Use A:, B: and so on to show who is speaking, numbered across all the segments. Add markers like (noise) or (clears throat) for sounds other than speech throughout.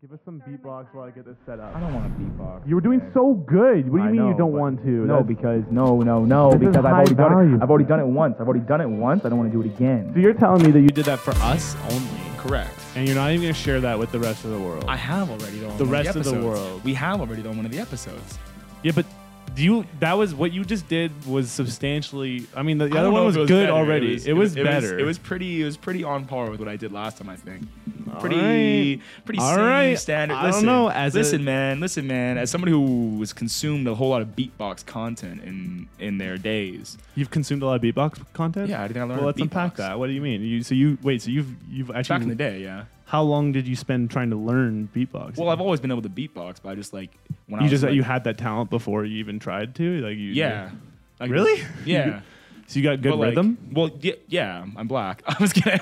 A: Give us some beatbox while I get this set
B: I
A: up.
B: don't want to beatbox.
A: You were doing
B: okay?
A: so good. What do you
B: I
A: mean you
B: know,
A: don't
B: but-
A: want to?
B: No,
A: That's-
B: because no, no, no,
A: This is
B: because I've
A: high
B: already done
A: value.
B: it. I've already done it once. I've already done it once. I don't want to do it again.
A: so you're telling me that you
C: You did that for us only,
D: Correct.
C: and you're not even gonna share that with the rest of the world.
D: I have already done
C: The
D: one
C: rest
D: of
C: of the
D: the, episodes.
C: world.
D: We have already done one of the episodes.
C: yeah, but do you? That was what you just did was substantially. I mean, the, the
D: I
C: other
D: don't know
C: one
D: if
C: was,
D: it
C: good
D: better.
C: already. It was, better.
D: It was, pretty. It was pretty on par with what I did last time. I think.
C: All
D: Pretty,
C: right.
D: pretty
C: All
D: same
C: right.
D: standard.
C: I don't
D: listen,
C: know, as a-
D: listen, man, listen, man. As somebody who has consumed a whole lot of beatbox content in in their days,
C: You've consumed a lot of beatbox content.
D: yeah, I think I learned.
C: Well, let's
D: beatbox.
C: unpack that. What do you mean? You so you wait. So you've you've actually
D: Back in the day, yeah.
C: How long did you spend trying to learn beatbox?
D: Well, I've always been able to beatbox, but I just like when I was
C: you just uh,
D: like,
C: you had that talent before you even tried to like you.
D: yeah, Like,
C: Really?
D: yeah.
C: So (laughs) you got good
D: But, like,
C: rhythm.
D: Well, yeah, yeah, I'm black. (laughs) I was kidding.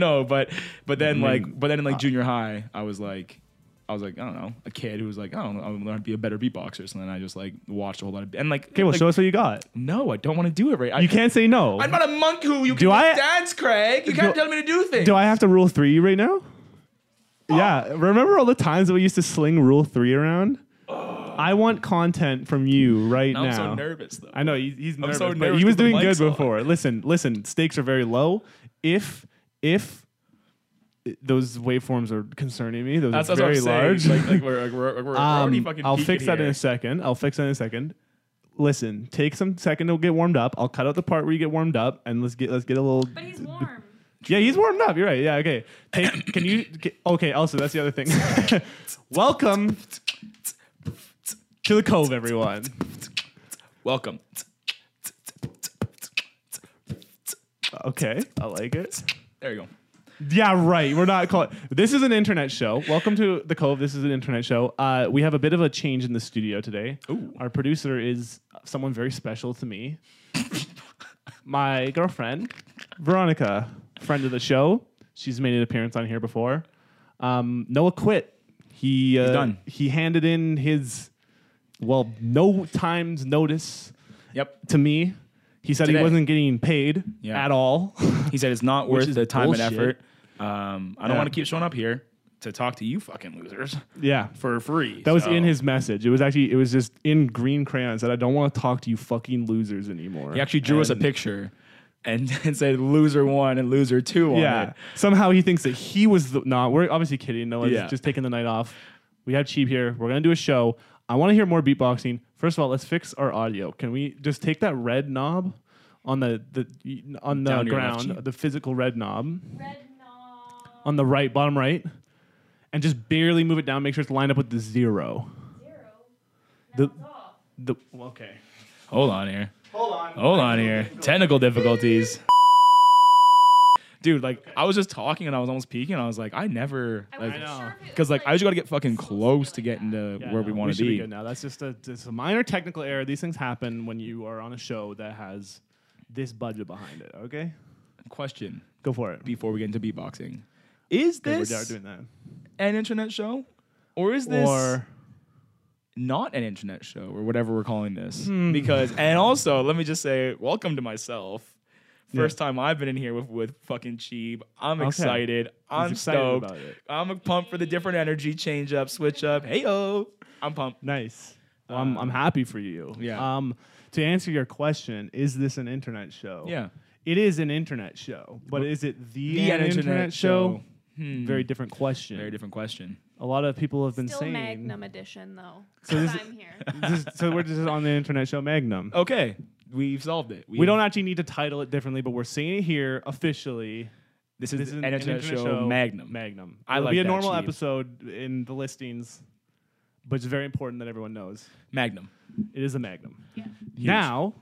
D: no, but but then
C: I mean,
D: like but then in like junior high, I was like I was like I don't know a kid who was like "Oh, I don't know I want to be a better beatboxer. So then I just like watched a whole lot of and like
C: Okay, well,
D: like,
C: show us what you got.
D: no, I don't want to do it right. I,
C: You can't say no.
D: I'm not a monk who you
C: Do
D: can
C: I-
D: dance, Craig. You can't
C: do-
D: tell me to do things.
C: Do I have to rule three right now?
D: Oh.
C: Yeah. Remember all the times that we used to sling rule three around? I want content from you right
D: Oh. I'm
C: now.
D: so nervous though.
C: I know he- he's nervous,
D: so
C: but
D: nervous
C: he was
D: 'cause the
C: doing good
D: mic's on.
C: before. Listen, listen, stakes are very low. If if those waveforms are concerning me, those
D: That's,
C: are
D: that's
C: very
D: what I'm
C: large.
D: saying. Like, like
C: (laughs)
D: we're, like, we're, we're, we're already
C: Um,
D: fucking
C: I'll
D: peaking
C: fix that
D: here.
C: in a second. I'll fix that in a second. Listen, take some second to get warmed up. I'll cut out the part where you get warmed up, and let's get let's get a little.
E: But he's warm.
C: Yeah, he's warmed up. You're right. Yeah, okay. Take, can you? ca- Okay. Also, that's the other thing. (laughs) Welcome to the Cove, everyone.
D: Welcome.
C: Okay, I like it.
D: There you go.
C: Yeah, right. We're not calling. This is an internet show. Welcome to the Cove. This is an internet show. Uh, we have a bit of a change in the studio today.
D: Ooh.
C: Our producer is someone very special to me. My girlfriend, Veronica, friend of the show. She's made an appearance on here before. Um, Noah quit. He uh,
D: done.
C: He handed in his well, no times notice
D: Yep.
C: to me. He said
D: Today.
C: he wasn't getting paid
D: Yeah.
C: at all. (laughs)
D: He said it's not worth
C: is
D: the time
C: bullshit.
D: and effort. Um, I
C: Yeah.
D: don't want to keep showing up here to talk to you fucking losers
C: yeah.
D: (laughs) for free.
C: That was
D: so-
C: in his message. It was actually it was just in green crayons that I don't want to talk to you fucking losers anymore.
D: He actually drew us a
C: And-
D: picture and, (laughs) and said loser one and loser two on
C: Yeah.
D: it.
C: Somehow he thinks that he was the no, we're obviously kidding. No one's
D: Yeah.
C: just taking the night off. We have cheap here. We're gonna do a show. I want to hear more beatboxing. First of all, let's fix our audio. Can we just take that red knob on the, the on the
D: Down your left
C: ground,
D: cheek.
C: the physical red knob
E: Red knob.
C: on the right, bottom right, and just barely move it down, make sure it's lined up with the zero.
E: Zero.
C: The-
E: Now it's off.
C: The okay.
D: Hold on here. Hold on. Hold on here. Technical difficulties. Dude, like I was just talking and I was almost peeking. I was like, I never
E: I
D: like
E: wasn't
C: know.
E: sure if it
D: because
E: was,
D: like I just gotta get fucking close to
E: like
D: getting to
C: Yeah,
D: where
C: no,
D: we want to
C: should
D: be.
C: good now. That's just a, just a minor technical error. These things happen when you are on a show that has this budget behind it. Okay,
D: Question
C: go for it.
D: before we get into beatboxing: Is
C: Good,
D: this
C: We're not doing that.
D: an internet show, or is this
C: or
D: not an internet show or whatever we're calling this
C: Hmm.
D: because and also let me just say welcome to myself first time i've been in here with with fucking cheeb i'm
C: Okay.
D: excited i'm
C: excited
D: stoked
C: about it.
D: i'm pumped for the different energy change up switch up hey oh i'm pumped
C: nice. Well, I'm I'm happy for you.
D: Um, yeah.
C: Um, to answer your question, is this an internet show?
D: yeah
C: It is an internet show, but is it the,
D: The
C: an
D: internet
C: internet, show?
D: Hmm.
C: Very different question.
D: very different question
C: A lot of people have been
E: Still
C: saying.
E: Magnum edition though.
C: So
E: So
C: this-
E: I'm here.
C: (laughs) This is- so we're just on the internet show Magnum.
D: okay we've solved it
C: We don't actually need to title it differently, but we're saying it here officially.
D: this is, an, internet, show, magnum
C: Magnum.
D: I
C: It'll
D: like
C: be a
D: that,
C: normal
D: Chief.
C: episode in the listings, but it's very important that everyone knows
D: magnum
C: it is a Magnum.
E: Yeah.
C: Now,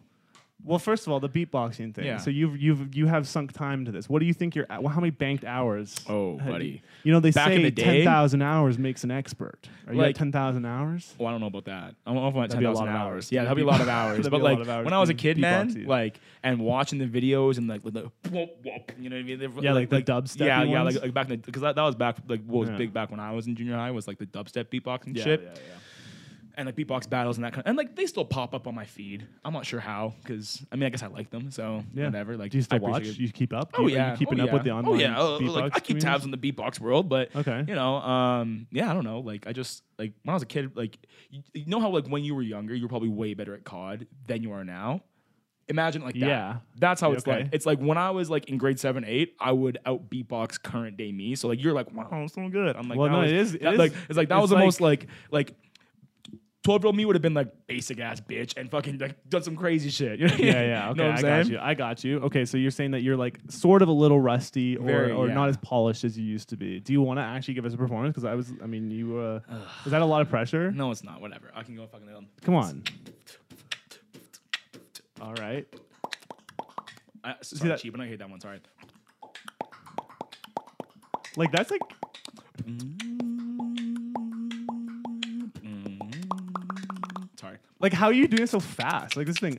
C: well, first of all, the beatboxing thing.
D: Yeah.
C: So you've you've you have sunk time to this. What do you think you're? Well, how many banked hours?
D: Oh,
C: had you-
D: buddy.
C: You know they
D: Back in
C: say
D: the day-
C: ten thousand hours makes an expert. Are you at
D: Like-
C: ten thousand hours?
D: Well, Oh, I don't know about that. I don't know if I want
C: That'd be a lot
D: 10,000
C: of
D: hours.
C: hours.
D: Yeah, that'd be a
C: (laughs)
D: lot of hours.
C: That'd
D: but
C: be a lot
D: like
C: of hours
D: when I was a
C: being
D: kid, man,
C: beatboxing.
D: like and watching the videos and like, with the whoop, whoop, you know what I mean? They're-
C: Yeah, like the dubstep-y
D: Yeah, yeah, like,
C: ones?
D: like back in the because that, that was back like what was
C: Yeah.
D: big back when I was in junior high was like the dubstep beatboxing
C: Yeah,
D: shit.
C: yeah, yeah.
D: and like beatbox battles and that kind. Of, and like they still pop up on my feed. I'm not sure how because I mean I guess I like them so whatever. Like
C: do you
D: I
C: still watch?
D: appreciate it.
C: You keep up?
D: Oh
C: You- are
D: yeah,
C: you keeping
D: oh,
C: up with the
D: yeah.
C: online.
D: Oh yeah, oh,
C: beatbox
D: like, I keep
C: community?
D: tabs on the beatbox world, but
C: Okay.
D: you know, um, yeah, I don't know. Like I just like when I was a kid, like you, you know how like when you were younger, you were probably way better at COD than you are now. Imagine it like that.
C: Yeah.
D: that's how
C: Yeah,
D: it's
C: okay.
D: like. It's like when I was like in grade seven, eight, I would out beatbox current day me. So like you're like, wow, I'm so good. I'm like,
C: Well,
D: that
C: no,
D: was-
C: it is- it
D: that-
C: is-
D: like it's like that
C: it's
D: was the
C: like-
D: most like like. 12 year old me would have been like basic ass bitch and fucking like done some crazy shit. (laughs) You know what I mean?
C: Yeah, yeah.
D: Know
C: Okay,
D: what I'm
C: I
D: saying?
C: got you. I got you. Okay, so you're saying that you're like sort of a little rusty or,
D: Very,
C: or
D: yeah.
C: not as polished as you used to be. Do you want to actually give us a performance? Because I was, I mean, you,
D: (sighs)
C: uh, is that a lot of pressure?
D: No, it's not. Whatever. I can go fucking.
C: Come on. All right.
D: I, sorry,
C: that-
D: cheap, and I hate that one. Sorry.
C: Like, that's like,
D: Sorry.
C: like, how are you doing it so fast? Like, this thing.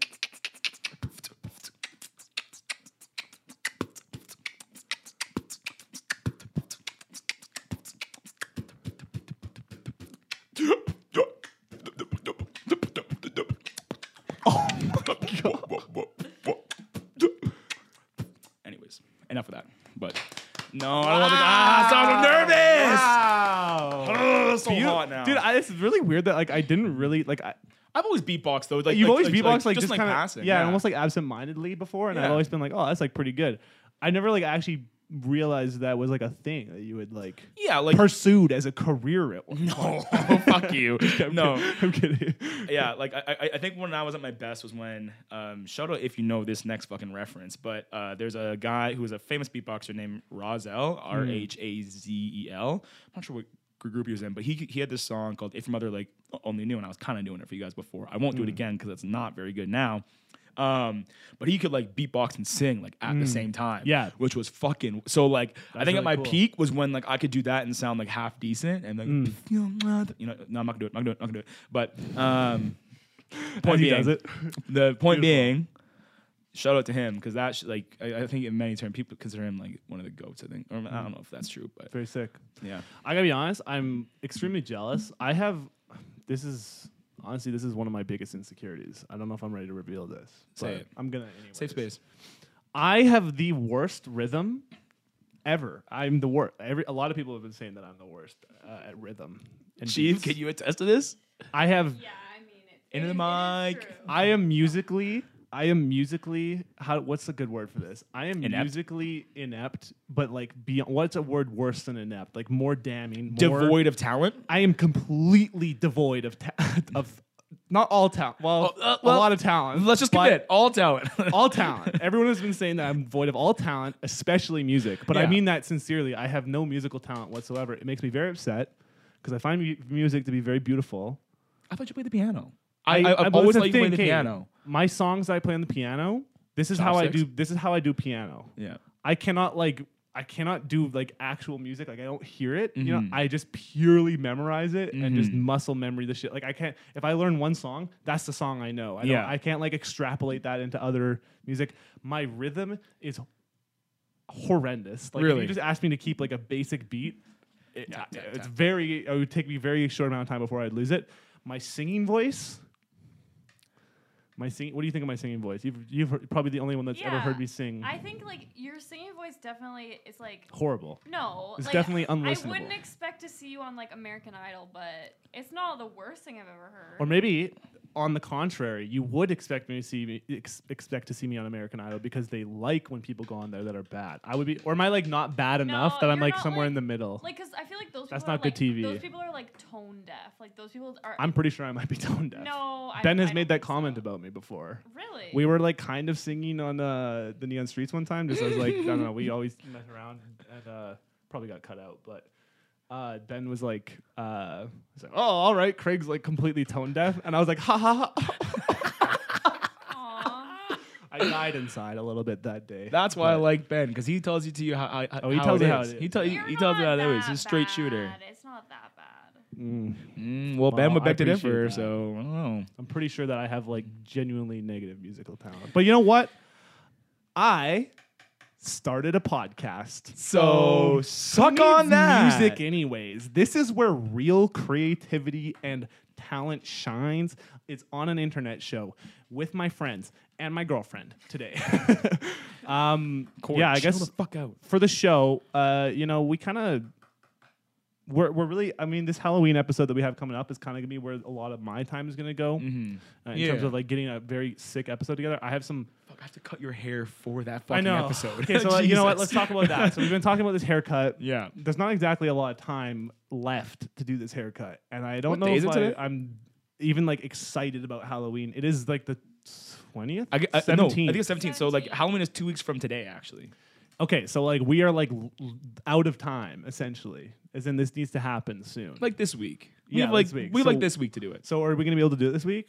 D: Anyways, enough of that. But no, I don't want to. Ah, I'm so nervous. Oh, it's (sighs) so hot now.
C: Dude, I, it's really weird that, like, I didn't really, like, I,
D: I've always beatboxed though. Like
C: you've
D: like-
C: always
D: like,
C: beatboxed, like, just,
D: like
C: kind of,
D: passing.
C: yeah, almost like absent-mindedly before, and I've
D: Yeah.
C: always been like, oh, that's like pretty good. I never like actually realized that was like a thing that you would like Oh,
D: yeah, like
C: pursued as a career. (laughs) At
D: (laughs)
C: one
D: no. (laughs)
C: (laughs)
D: fuck you. No.
C: I'm kidding. (laughs)
D: yeah, like I, I, I think when I was at my best was when um, shout out if you know this next fucking reference, but uh, there's a guy who was a famous beatboxer named Razel R H A Z E L. I'm not sure what gr- group he was in, but he he had this song called "If Your Mother Like Only Knew," and I was kind of doing it for you guys before. I won't do it again because it's not very good now. Um, but he could like beatbox and sing like at the same time.
C: Yeah.
D: which was fucking so like I think
C: really
D: at my
C: cool.
D: peak was when like I could do that and sound like half decent and like
C: Mm.
D: (laughs) you know no I'm not gonna do it I'm not gonna do it but
C: (laughs)
D: um point
C: he
D: being,
C: does it. (laughs)
D: the point being, shout out to him because that's like I, I think in many terms people consider him like one of the goats. I think or, I
C: Mm.
D: don't know if that's true, but
C: Very sick.
D: yeah,
C: I gotta be honest. I'm extremely jealous. I have. This is honestly, this is one of my biggest insecurities. I don't know if I'm ready to reveal this.
D: Say
C: but
D: it.
C: I'm gonna. Anyways.
D: safe space.
C: I have the worst rhythm ever. I'm the worst. Every a lot of people have been saying that I'm the worst uh, at rhythm. And
D: Chief,
C: beats.
D: can you attest to this?
C: I have.
E: Yeah, I mean it.
D: Into the
E: it is- it is
D: mic.
E: true.
C: I am musically. I am musically. How? What's a good word for this? I am
D: Inept?
C: musically inept, but like, beyond, what's a word worse than inept? Like more damning, more
D: Devoid of talent.
C: I am completely devoid of ta- (laughs) of not all talent. Well,
D: Oh, uh, well,
C: a lot of talent.
D: Let's just
C: but
D: commit all talent.
C: All talent. Everyone has been saying that I'm void of all talent, especially music. But I
D: Yeah.
C: mean that sincerely. I have no musical talent whatsoever. It makes me very upset because I find mu- music to be very beautiful.
D: (laughs) I thought you played the piano. I, I,
C: I-
D: have
C: well,
D: always
C: it's a
D: liked you play
C: thing,
D: the
C: Kate.
D: piano.
C: My songs I play on the piano. This is how I
D: Chopsticks?
C: do. This is how I do piano.
D: Yeah.
C: I cannot like I cannot do like actual music. Like I don't hear it. You
D: Mm-hmm.
C: know, I just purely memorize it and just muscle memory the shit. Like I can't if I learn one song, that's the song I know. I
D: Yeah.
C: don't, I can't like extrapolate that into other music. My rhythm is horrendous. Like if
D: Really?
C: you just asked me to keep like a basic beat, it, it's very it would take me very short amount of time before I'd lose it. My singing voice my sing, what do you think of my singing voice? You've, you've heard, probably the only one that's ever
E: Yeah.
C: heard me sing.
E: I think like your singing voice definitely is like
C: Horrible.
E: no.
C: It's
E: like,
C: definitely
E: I
C: unlistenable.
E: wouldn't expect to see you on like American Idol, but it's not the worst thing I've ever heard.
C: Or maybe, on the contrary, you would expect me to see me ex- expect to see me on American Idol because they like when people go on there that are bad. I would be, or am I like not bad enough that I'm
E: you're
C: like
E: not,
C: somewhere in
E: like-
C: the middle?
E: Like, cause I feel like those
C: That's
E: people
C: not
E: are,
C: good
E: like,
C: TV.
E: Those people are like tone deaf. Like those people are.
C: I'm pretty sure I might be tone deaf.
E: no. I-
C: ben has
E: I
C: made
E: don't
C: that
E: think so.
C: comment about me before.
E: Really?
C: We were like kind of singing on uh, the Neon Streets one time. Just I was like, I don't know. We
E: (laughs)
C: always mess around and uh, probably got cut out. But uh, Ben was like, uh, he's like, oh, all right. Craig's like completely tone deaf, and I was like, ha ha ha.
E: Aw.
C: I died inside a little bit that day.
D: That's why I like Ben because he tells you to you how, how,
C: Oh, he
D: how
C: tells
D: it
C: you how
D: is.
C: it
D: He,
C: is.
D: tell, he,
E: You're
D: he tells (laughs) you how
E: not
D: that is. He's a straight shooter.
E: bad. It's not that bad.
C: Mm.
D: Mm, well,
C: Well,
D: Ben would
C: I
D: beg to
C: appreciate
D: differ,
C: that.
D: so I don't know.
C: I'm pretty sure that I have like genuinely negative musical talent. But you know what? I started a podcast.
D: So suck
C: Who
D: on
C: needs
D: that.
C: music anyways. This is where real creativity and talent shines. It's on an internet show with my friends and my girlfriend today. (laughs) um, yeah, I
D: chill
C: guess
D: the fuck out.
C: for the show, uh, you know, we kind of we're we're really. I mean, this Halloween episode that we have coming up is kind of gonna be where a lot of my time is gonna go uh, in terms
D: Yeah.
C: of like getting a very sick episode together. I have some.
D: Fuck, I have to cut your hair for that fucking
C: I know.
D: episode. (laughs)
C: (laughs) Okay, so uh, you know what?
D: Jesus.
C: Let's talk about that. So we've been talking about this
D: (laughs)
C: haircut.
D: yeah.
C: There's not exactly a lot of time left to do this haircut, and I don't
D: What
C: know
D: day
C: if
D: is it
C: I,
D: today?
C: I'm even like excited about Halloween. It is like the twentieth,
D: I, gu- I, no, I think it's 17. So like
E: 17.
D: Halloween is two weeks from today, actually.
C: Okay, so like we are like l- l- out of time essentially, as in this needs to happen soon.
D: Like this week. We
C: Yeah,
D: have like
C: this week.
D: we have
C: So-
D: like this week to do it.
C: so are we gonna be able to do it this week?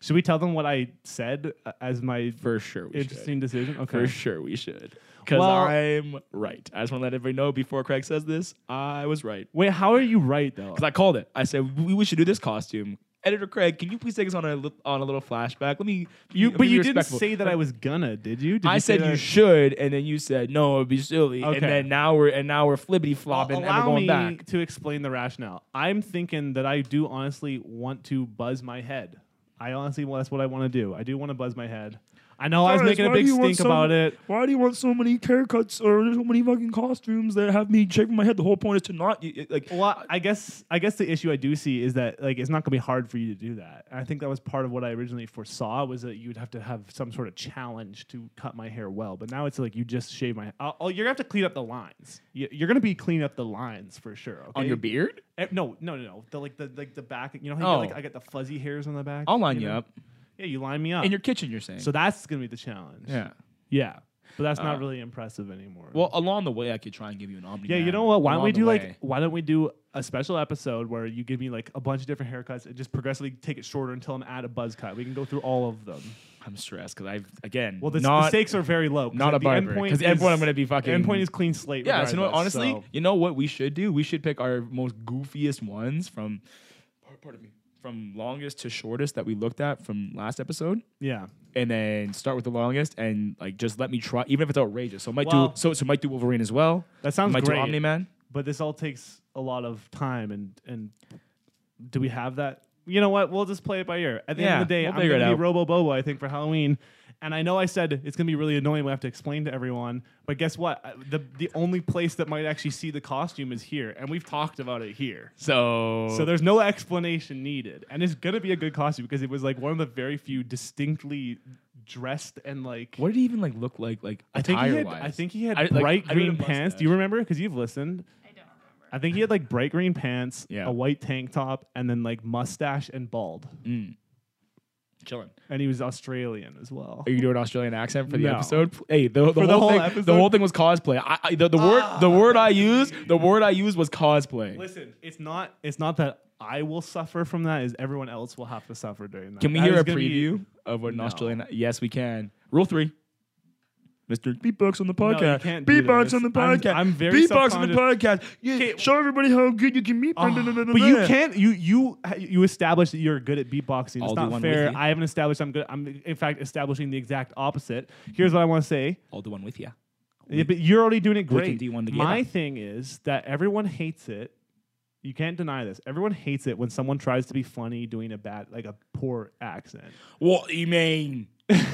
C: Should we tell them what I said uh, as my
D: For sure, we
C: interesting decision? Okay,
D: For sure, we should. Because
C: Well-
D: I'm right. I just want to let everybody know before Craig says this, I was right.
C: wait, how are you right though?
D: Because I called it. I said we, we should do this costume. Editor Craig, can you please take us on a li- on a little flashback? Let me.
C: You,
D: let
C: but
D: me be
C: you didn't
D: respectful.
C: say that I was gonna, did you? Did
D: I
C: you say
D: said
C: that
D: you
C: I-
D: should, and then you said no, it'd be silly.
C: Okay.
D: And then now we're and now we're flippity flopping and we're
C: allow
D: going
C: me
D: back.
C: to explain the rationale. I'm thinking that I do honestly want to buzz my head. I honestly, well, that's what I want to do. I do want to buzz my head. I know I was making a big stink about it.
D: Why do you want so many haircuts or so many fucking costumes that have me shaving my head? The whole point is to not like.
C: Well, I guess I guess the issue I do see is that like it's not gonna be hard for you to do that. And I think that was part of what I originally foresaw was that you would have to have some sort of challenge to cut my hair well. But now it's like you just shave my. Oh, oh, you're gonna have to clean up the lines. You- You're gonna be cleaning up the lines for sure. Okay?
D: on your beard.
C: Eh, No, no, no, no. The like the like the back. You know how you
D: Oh.
C: get, like I got the fuzzy hairs on the back.
D: I'll line you
C: know?
D: up
C: Yeah, you line me up.
D: in your kitchen. You're saying
C: so that's gonna be the challenge.
D: Yeah.
C: yeah. But that's not
D: Uh,
C: really impressive anymore.
D: Well, along the way, I could try and give you an omni.
C: yeah, you know what? Why don't we do like why don't we do a special episode where you give me like a bunch of different haircuts and just progressively take it shorter until I'm at a buzz cut. We can go through all of them.
D: I'm stressed because I've again.
C: Well, the, s- the
D: not,
C: stakes are very low. 'cause,
D: not
C: like,
D: a barber,
C: The end point
D: 'cause the end
C: is-
D: point I'm gonna be
C: the end
D: fucking-
C: point is clean slate.
D: Yeah, so you know, what,
C: regardless,
D: honestly,
C: so-
D: you know what we should do? We should pick our most goofiest ones from, par- pardon me, from longest to shortest that we looked at from last episode,
C: yeah.
D: and then start with the longest and like just let me try, even if it's outrageous. So might
C: Well-
D: do so so might do Wolverine as well.
C: That sounds
D: might
C: great.
D: do Omni Man.
C: but this all takes a lot of time and and do we have that you know what we'll just play it by ear at the end of the
D: Yeah,
C: day
D: we'll
C: i'm
D: figure it
C: gonna be
D: out.
C: robo bobo i think for halloween and i know i said it's gonna be really annoying we have to explain to everyone but guess what I- the the only place that might actually see the costume is here and we've talked about it here
D: So
C: so there's no explanation needed and it's gonna be a good costume because it was like one of the very few distinctly dressed and like
D: what did he even like look like like
C: I think, he
D: attire
C: had,
D: wise?
C: I think he had
D: I- like,
C: bright
D: I need a
C: green pants.
D: mustache.
C: Do you remember? Because you've listened.
E: I don't remember.
C: I think he had like bright green pants,
D: Yeah.
C: a white tank top, and then like mustache and bald.
D: Mm. chilling.
C: And he was Australian as well.
D: Are you doing an Australian accent for the
C: No.
D: episode? Hey, the, the,
C: For
D: whole,
C: the whole
D: thing,
C: episode?
D: the whole thing was cosplay. I, I, the, the word the word I used the word I used was cosplay.
C: Listen, it's not it's not that I will suffer from that, is everyone else will have to suffer during that.
D: Can we
C: That
D: hear
C: is
D: a
C: gonna be-
D: preview
C: (gasps)
D: of what an
C: No.
D: Australian? Yes, we can. Rule three. Mr. Beatbox on the
C: you
D: podcast.
C: can't do
D: Beatbox
C: this.
D: on the
C: I'm-
D: podcast.
C: I'm very
D: Beatbox on the podcast. Yeah,
C: Okay.
D: show everybody how good you can meet.
C: Ah, but you can't you you you establish that you're good at beatboxing.
D: I'll do
C: it's not
D: one
C: fair.
D: with you.
C: I haven't established I'm good. I'm in fact establishing the exact opposite. Here's what I want to say.
D: I'll do one with you.
C: Yeah, but you're already doing it
D: we can
C: great.
D: do one
C: My
D: together.
C: thing is that everyone hates it. You can't deny this. Everyone hates it when someone tries to be funny doing a bad, like a poor accent.
D: What do you
C: (laughs)
D: mean?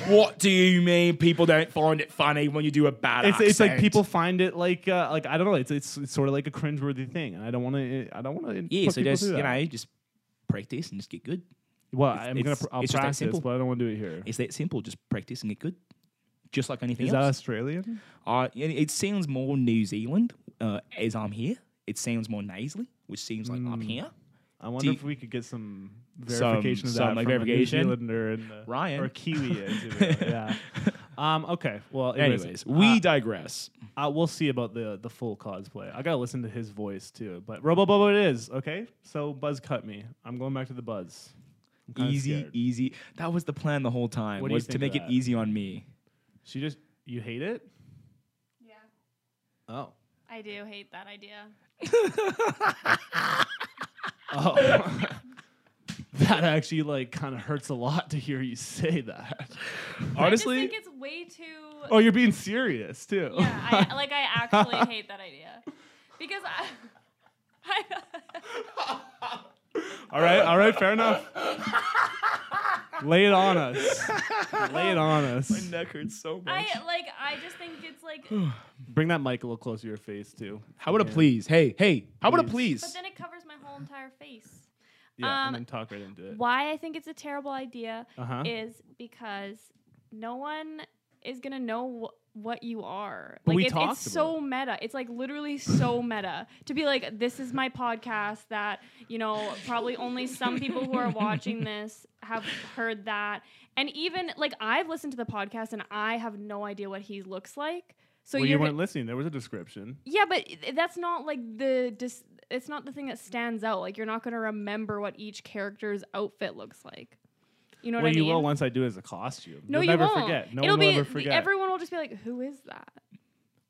D: what do you mean? People don't find it funny when you do a bad
C: It's, it's like people find it like uh, like I don't know. It's it's, it's sort of like a cringeworthy thing, and I don't want to. I don't want to.
D: just practice and just get good.
C: Well,
D: it's-
C: I'm gonna.
D: it's-
C: Pr- I'll
D: it's just that
C: practice,
D: simple.
C: but I don't want to do it here. Is
D: It's that simple. Just practice and get good. Just like anything
C: that Australian?
D: Uh, it it sounds more New Zealand uh, as I'm here. It sounds more nasally, which seems like
C: Hmm.
D: I'm here.
C: I wonder
D: Do-
C: if we could get some
D: Some-
C: verification of that
D: some,
C: from
D: like,
C: a New
D: verification?
C: Zealander and uh,
D: Ryan. (laughs)
C: or Kiwi. as you know, yeah. Um. Okay. Well. Anyways,
D: Anyways,
C: uh,
D: we digress.
C: Uh, we'll see about the the full cosplay. I gotta listen to his voice too. But Robo Bobo it is okay. So Buzz cut me. I'm going back to the Buzz. I'm kinda
D: Easy,
C: scared.
D: easy. That was the plan the whole time
C: What do you
D: was to make
C: think of
D: it
C: that?
D: easy on me.
C: She just you hate it.
E: Yeah.
C: Oh.
E: I do hate that idea.
C: Oh. (laughs)
D: (laughs)
C: that actually like kind of hurts a lot to hear you say that.
E: I just
D: Honestly, Oh.
E: think it's way too
C: Oh, you're being serious too.
E: yeah,
D: (laughs)
E: I, like I actually hate that idea because I. (laughs) I
C: (laughs) all right, all right, fair
E: (laughs)
C: enough. Lay it on us. Lay it on
D: My
C: us.
D: neck hurts so much.
E: I like I just think it's
D: (sighs)
E: like
C: Bring that mic a little closer to your face too.
D: how about a please? Hey, hey. How about a
E: but
D: please?
E: then it covers my whole entire face.
C: Yeah,
E: Um,
C: and then talk right into it.
E: Why I think it's a terrible idea
C: Uh-huh.
E: is because no one is gonna know wh- what you are.
C: But
E: like
C: we
E: it's,
C: talked
E: it's so meta. It's like literally
C: (laughs)
E: so meta to be like, this is my podcast that you know probably only some people who are
C: (laughs)
E: watching this have heard that. And even like I've listened to the podcast and I have no idea what he looks like. So
C: well,
E: you're
C: you
E: go-
C: weren't listening. There was a description.
E: yeah, but i- that's not like the dis- it's not the thing that stands out. Like you're not going to remember what each character's outfit looks like. You know
C: well,
E: what I
C: you
E: mean?
C: will once I do as a costume.
E: no,
C: You'll
E: you
C: never
E: won't.
C: forget. No
E: It'll
C: one will
E: be
C: ever forget.
E: everyone will just be like, "Who is that?"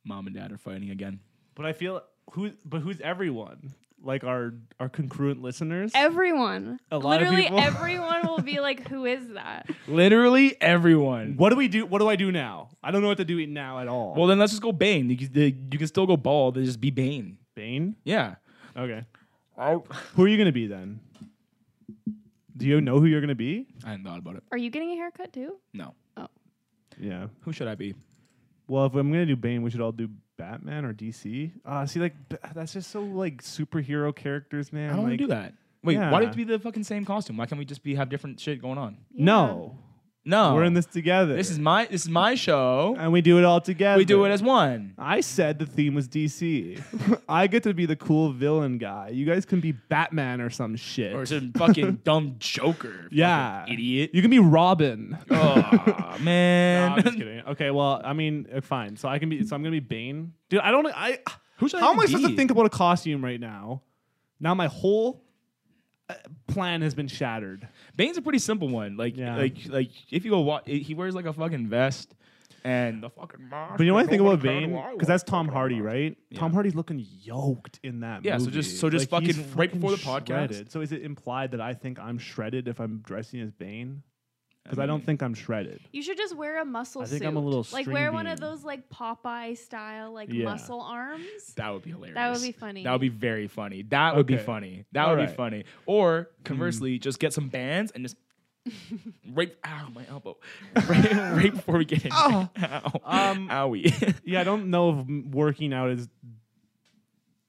D: Mom and dad are fighting again.
C: but I feel who but who's everyone? Like our our congruent listeners?
E: Everyone.
C: A lot of
E: Literally
C: people. (laughs)
E: everyone will be like, "Who is that?"
D: Literally everyone.
C: what do we do? What do I do now? I don't know what to do now at all.
D: Well, then let's just go Bane. You can, the- you can still go bald. They just be Bane.
C: Bane?
D: Yeah.
C: Okay. Who are you gonna be then? Do you know who you're gonna be?
D: I hadn't thought about it.
E: Are you getting a haircut too?
D: No.
C: Yeah.
D: Who should I be?
C: Well, if I'm gonna do Bane, we should all do Batman or DC. Uh see, like b- that's just so like superhero characters, man.
D: I don't
C: like,
D: want to do that. Wait, why do
C: Yeah.
D: it have to be the fucking same costume? Why can't we just be have different shit going on?
C: No,
D: No,
C: we're in this together.
D: This is my this is my show.
C: and we do it all together.
D: We do it as one.
C: I said the theme was (laughs) DC. I get to be the cool villain guy. You guys can be Batman or some shit.
D: Or some fucking dumb Joker.
C: yeah,
D: fucking (laughs) idiot.
C: You can be Robin. (laughs)
D: Oh
C: Nah, I'm just
D: man.
C: kidding. Okay, well, I mean, uh, fine. So I can be. So I'm gonna be Bane, dude. I don't. I.
D: Who should I
C: how am I
D: even
C: supposed to
D: be?
C: think about a costume right now? Now my whole uh, plan has been shattered.
D: Bane's a pretty simple one. Like
C: Yeah.
D: like like if you go watch, he wears like a fucking vest and the fucking mask.
C: But you know what I think about
D: Nobody
C: Bane?
D: cared who I
C: Because that's
D: was.
C: Tom Hardy, right? Tom
D: Yeah.
C: Hardy's looking yoked in that
D: Yeah, so
C: movie.
D: just- so just
C: Like, he's
D: fucking right before the podcast?
C: shredded. So is it implied that I think I'm shredded if I'm dressing as Bane? Because I, don't
D: mean-
C: think I'm shredded.
E: You should just wear a muscle
C: I think
E: suit.
C: I'm a little
E: like wear one of
C: string bean.
E: those like Popeye style like
C: Yeah.
E: muscle arms.
D: That would be hilarious.
E: That would be funny.
D: That would be very funny. That would be
C: Okay. Hmm.
D: funny. That
C: All
D: would be
C: right.
D: funny. Or conversely, just get some bands
E: (laughs)
D: and just right ow my elbow. (laughs) Right, right before we get in. Oh. (laughs) Ow.
C: Um,
D: Owie. (laughs)
C: Yeah, I don't know if m- working out is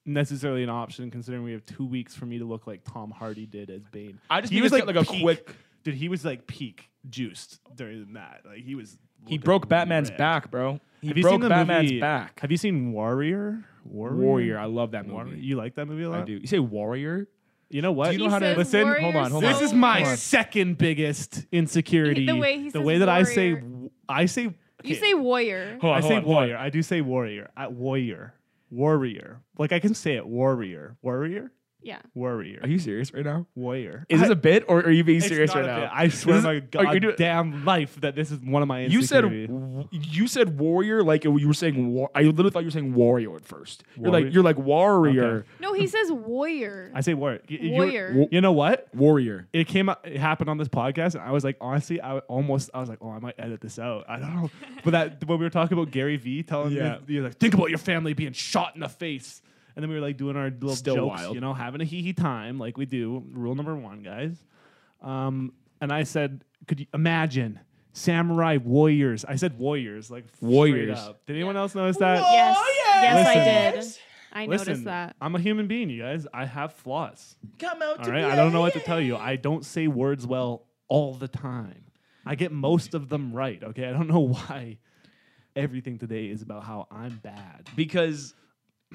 C: necessarily an option, considering we have two weeks for me to look like Tom Hardy did as Bane.
D: I just need to get, like, a quick-
C: dude. He was like peak juiced during that. Like he was.
D: he
C: looking
D: broke Batman's
C: ripped.
D: back, bro. He
C: Have you
D: broke
C: seen the
D: Batman's
C: movie-
D: back.
C: Have you seen Warrior? Warrior.
D: Warrior. I love that movie.
C: Warrior? You like that movie a lot?
D: I do. You say warrior?
C: You know what?
D: Do you
E: He
D: know how to-
E: says
D: Listen,
E: warrior
D: hold on, hold on.
C: This
E: so
C: is my
E: much.
C: second biggest insecurity.
E: The way he
C: the
E: says
C: way that I say,
E: warrior.
C: w- I say,
E: You
C: okay,
E: say warrior.
D: Hold on,
C: I
D: hold
C: say
D: on, hold on.
C: warrior. I do say warrior. I, warrior. Warrior. Like I can say it. Warrior. Warrior.
E: Yeah.
C: Warrior.
D: Are you serious right now?
C: warrior?
D: Is this
C: I-
D: a bit or are you being
C: it's
D: serious
C: not
D: right
C: a
D: now?
C: bit. I swear
D: This
C: to my
D: is- are you doing-
C: goddamn life that this is one of my
D: You said
C: insecurities.
D: w- you said warrior like you were saying war. I literally thought you were saying warrior at first. You're
C: Warrior?
D: like you're like warrior,
E: No, he says warrior.
C: I say warrior. Y- you-
E: Warrior.
C: You, know what?
D: warrior.
C: It came up, it happened on this podcast, and I was like, honestly, I almost, I was like, oh, I might edit this out. I don't know. But that when we were talking about Gary Vee telling
D: Yeah.
C: you, you're like, think about your family being shot in the face. And then we were like doing our little
D: Still
C: jokes,
D: wild.
C: you know, having a hee hee time like we do. Rule number one, guys. Um, and I said, could you imagine samurai warriors? I said warriors, like straight
D: Warriors.
C: up. Did anyone else notice that?
E: Yes. Yes,
C: Listen.
E: I did. I
C: Listen,
E: noticed that.
C: I'm a human being, you guys. I have flaws.
D: Come out
C: All right. I don't know what to tell you. I don't say words well all the time. I get most of them right. Okay. I don't know (laughs) why everything today is about how I'm bad.
D: because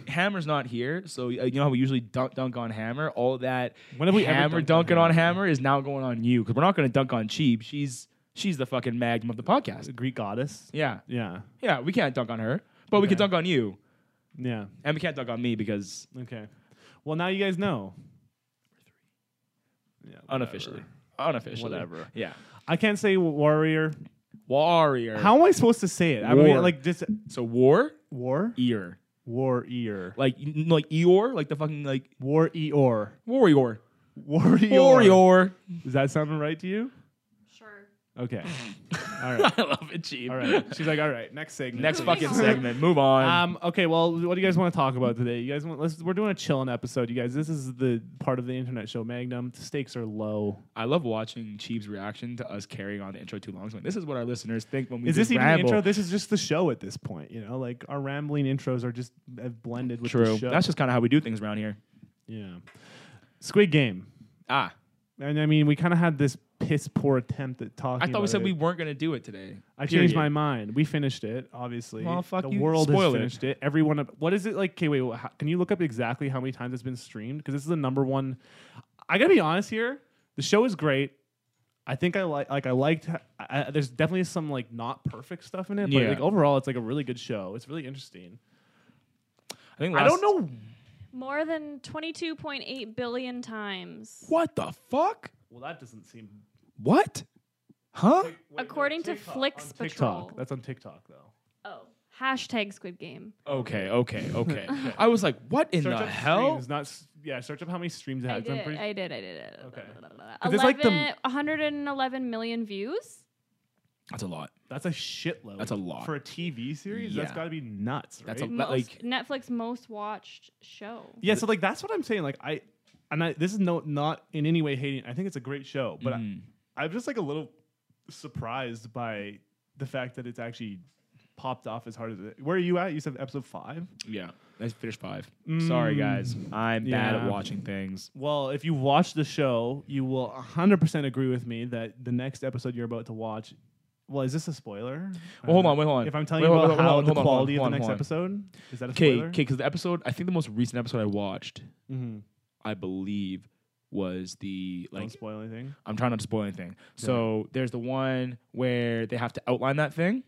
D: Hammer's not here, so uh, you know how we usually dunk dunk on Hammer. All that
C: When have we ever
D: Hammer
C: dunked on
D: dunking on
C: Hammer?
D: Hammer is now going on you because we're not going to dunk on Cheeb. She's she's the fucking magnum of the
C: The
D: podcast.
C: Greek goddess.
D: Yeah,
C: Yeah.
D: yeah, we can't dunk on her, but we can
C: Okay.
D: dunk on you,
C: Yeah.
D: and we can't dunk on me because
C: Okay. Well, now you guys know. Yeah, whatever.
D: unofficially, unofficially,
C: Whatever.
D: Yeah,
C: I can't say warrior.
D: warrior.
C: How am I supposed to say it? I
D: War. E-
C: mean, like just
D: so war
C: war,
D: ear
C: warrior,
D: like n- like Eeyore, like the fucking like
C: war eor,
D: warrior,
C: warrior.
D: warrior.
C: (laughs) Does that sound right to you?
E: Sure.
C: Okay. All
D: (laughs)
C: right.
D: I love it, Chief.
C: All right. She's like, all right. Next segment.
D: Mm-hmm.
C: (laughs)
D: Next
E: Moving
D: fucking
E: on.
D: segment. Move on.
C: Um, okay, well, what do you guys want to talk about today? You guys want? Let's, we're doing a chilling episode, you guys. This is the part of the internet show Magnum. The stakes are low.
D: I love watching Cheeb's reaction to us carrying on the intro too long. He's like, this is what our listeners think when we
C: Is
D: just
C: this even
D: ramble.
C: the intro? This is just the show at this point. You know, like our rambling intros are just have blended with
D: True.
C: the show.
D: That's just kind of how we do things around here.
C: yeah. Squid Game,
D: Ah,
C: and I mean, we kind of had this piss poor attempt at talking.
D: I thought we
C: about
D: said
C: it.
D: we weren't going to do it today.
C: I
D: Period.
C: changed my mind. We finished it, obviously.
D: Well, fuck
C: the
D: you.
C: world has
D: Spoil it.
C: finished it. Everyone, what is it like? Okay, wait, wha- how- can you look up exactly how many times it's been streamed? Because this is the number one. I gotta be honest here. The show is great. I think I like, like I liked. I, I- there's definitely some like not perfect stuff in it, but
D: Yeah.
C: like overall, it's like a really good show. It's really interesting.
D: I think.
C: I
D: last-
C: don't know
E: More than 22.8 billion times.
D: What the fuck?
C: Well, that doesn't seem.
D: What? Huh?
E: According to Flix Patrol.
C: TikTok. That's on TikTok though.
E: Oh. Hashtag Squid Game.
D: Okay, okay, (laughs) okay. I was like, what in
C: search
D: the
C: up
D: hell?
C: Streams, not s- yeah. Search up how many streams it
E: I
C: has. I'm
E: did,
C: pretty-
E: I did. I did. it.
C: Okay. 'Cause it's
E: 11,
C: like the-
E: 111 million views.
D: That's a lot.
C: That's a shitload.
D: That's a lot.
C: for a TV series.
D: Yeah.
C: That's got to be nuts, right?
D: That's a-
E: Most,
D: like-
E: Netflix most watched show.
C: yeah. So like that's what I'm saying. Like I, and I, this is no not in any way hating. I think it's a great show, but
D: Mhm.
C: I, I'm just like a little surprised by the fact that it's actually popped off as hard as it. Where are you at? You said episode five.
D: Yeah. Let's finish five. Sorry, guys. I'm bad at
C: Yeah.
D: watching things.
C: Well, if you watch the show, you will 100% agree with me that the next episode you're about to watch. Well, is this a spoiler?
D: Well, hold on, wait, hold on.
C: If I'm telling
D: Wait,
C: you
D: hold on,
C: about
D: hold on,
C: how
D: hold on,
C: the
D: hold on,
C: quality
D: hold on,
C: of the
D: hold on.
C: next episode, is that a
D: Okay,
C: spoiler?
D: okay, because the episode, I think the most recent episode I watched,
C: Mm-hmm.
D: I believe, was the
C: Don't
D: like.
C: spoil anything.
D: I'm trying not to spoil anything. So there's the one where they have to outline that thing.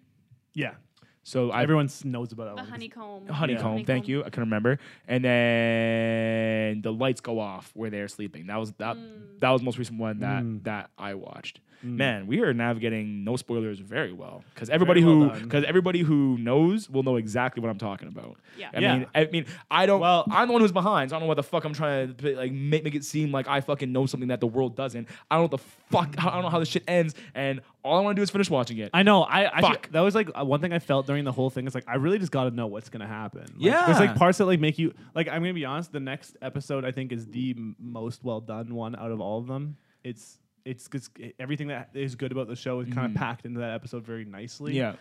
C: Yeah,
D: So I
C: everyone s- knows about
E: The
C: Ellen.
E: honeycomb.
D: honeycomb. Thank you. I can remember. And then the lights go off where they're sleeping. That was that. That was the most recent one that
C: Mm.
D: that I watched. Man, we are navigating no spoilers very well because everybody
C: well
D: who
C: done.
D: because everybody who knows will know exactly what I'm talking about.
E: Yeah.
D: I
C: Yeah.
D: mean, I mean, I don't. Well,
C: Well-
D: I'm the one who's behind. So I don't know what the fuck I'm trying to like make, make it seem like I fucking know something that the world doesn't. I don't know what the fuck. I don't know how this shit ends. And all I want to do is finish watching it.
C: I know. I, I should-
D: Fuck.
C: that was like uh, one thing I felt during the whole thing. It's like I really just got to know what's gonna happen. Like,
D: Yeah.
C: there's like parts that like make you like. I'm gonna be honest. The next episode I think is the m- most well done one out of all of them. It's it's because everything that is good about the show is kind of packed into that episode very nicely.
D: Mm-hmm. yeah.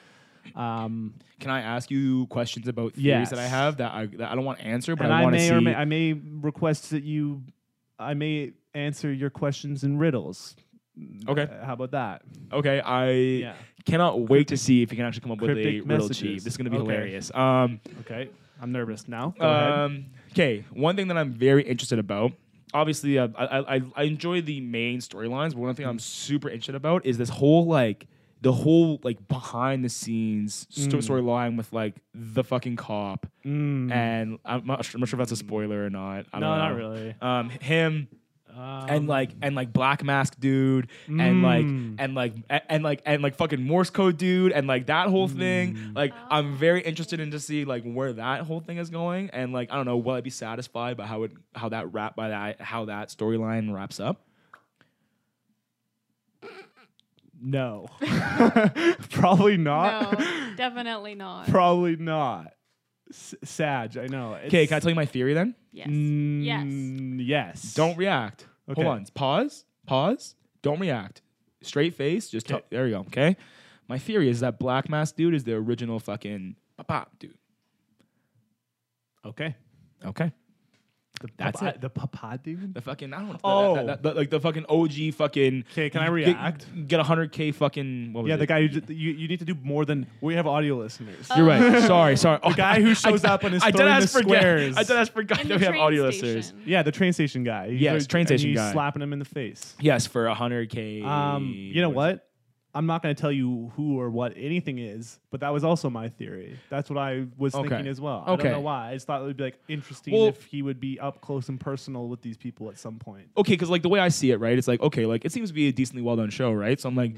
C: Um.
D: Can I ask you questions about theories
C: Yes.
D: that I have that I, that I don't want to answer, but
C: And
D: I
C: I
D: want to
C: may
D: see?
C: or may, I may request that you, I may answer your questions in riddles.
D: okay,
C: Uh, How about that?
D: okay. I
C: Yeah.
D: cannot wait to see if you can actually come up with a
C: Cryptic
D: riddle
C: messages.
D: chief. This is gonna be
C: Okay.
D: hilarious. Um,
C: Okay. I'm nervous now. Go ahead.
D: um, okay. One thing that I'm very interested about. Obviously, uh, I, I I enjoy the main storylines, but one thing I'm super interested about is this whole like the whole like behind the scenes sto- storyline with like the fucking cop,
C: Mm.
D: and I'm not, sure, I'm not sure if that's a spoiler or not. I
C: No,
D: don't
C: not
D: know.
C: really.
D: Um, him.
C: Um,
D: and like and like black mask dude and like
C: Mm.
D: and like a- and like and like fucking morse code dude and like that whole
C: Mm.
D: thing like i'm very interested in to see like where that whole thing is going and like i don't know will i be satisfied by how it how that wrap by that how that storyline wraps up (laughs)
C: No. (laughs) Probably
E: No,
C: not.
E: definitely not.
C: Probably not. S- Sag, I know.
D: okay can i tell you my theory then
E: yes. yes.
C: Mm, yes.
D: don't react
C: Okay.
D: hold on pause pause don't react straight face just tell- there you go okay my theory is that black mask dude is the original fucking pop dude
C: Okay.
D: okay
C: The
D: That's
C: papa-
D: it.
C: The papa dude.
D: The fucking I don't know.
C: Oh.
D: that- that- that- like the fucking OG fucking.
C: 'Kay, can I
D: get-
C: react?
D: Get a hundred k fucking. What was
C: Yeah,
D: it?
C: the guy who ju- you you need to do more than we have audio listeners.
E: Oh.
D: You're
C: (laughs)
D: right. sorry, sorry. The
C: guy who shows up and is
D: I did
C: throwing
D: ask
C: the
D: forget-
C: squares.
D: I did ask forgot
E: In
D: that
E: the
D: we have
E: train
D: audio
E: station.
D: listeners.
C: Yeah, the train station guy. He's
D: Yes, train
C: and
D: station
C: he's
D: guy.
C: slapping him in the face.
D: Yes, for a hundred k.
C: Um, you know what? I'm not going to tell you who or what anything is, but that was also my theory. That's what I was
D: Okay.
C: thinking as well. I
D: Okay.
C: don't know why. I just thought it would be like interesting
D: Well-
C: if he would be up close and personal with these people at some point.
D: okay, because like the way I see it, right? It's like okay, like it seems to be a decently well done show, right? So I'm like,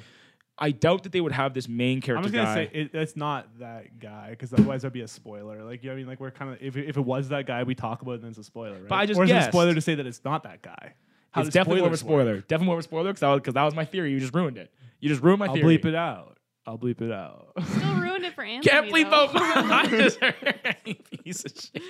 D: I doubt that they would have this main character.
C: I'm just gonna
D: guy.
C: say it, it's not that guy because otherwise that'd be a spoiler. Like you know what I mean, like we're kind of if, it- if it was that guy, we talk about it and it's a spoiler. Right?
D: But I just
C: or is it a
D: guessed.
C: spoiler to say that it's not that guy? How
D: it's
C: do
D: definitely more of a
C: spoilers work?
D: spoiler. Definitely more of a spoiler because that, was- 'cause that was my theory. You just ruined it. You just ruined my
C: I'll
D: theory.
C: bleep it out. I'll bleep it out.
E: Still ruined it for Anthony.
D: Can't bleep
E: though.
D: out. (laughs) I just heard you piece of shit.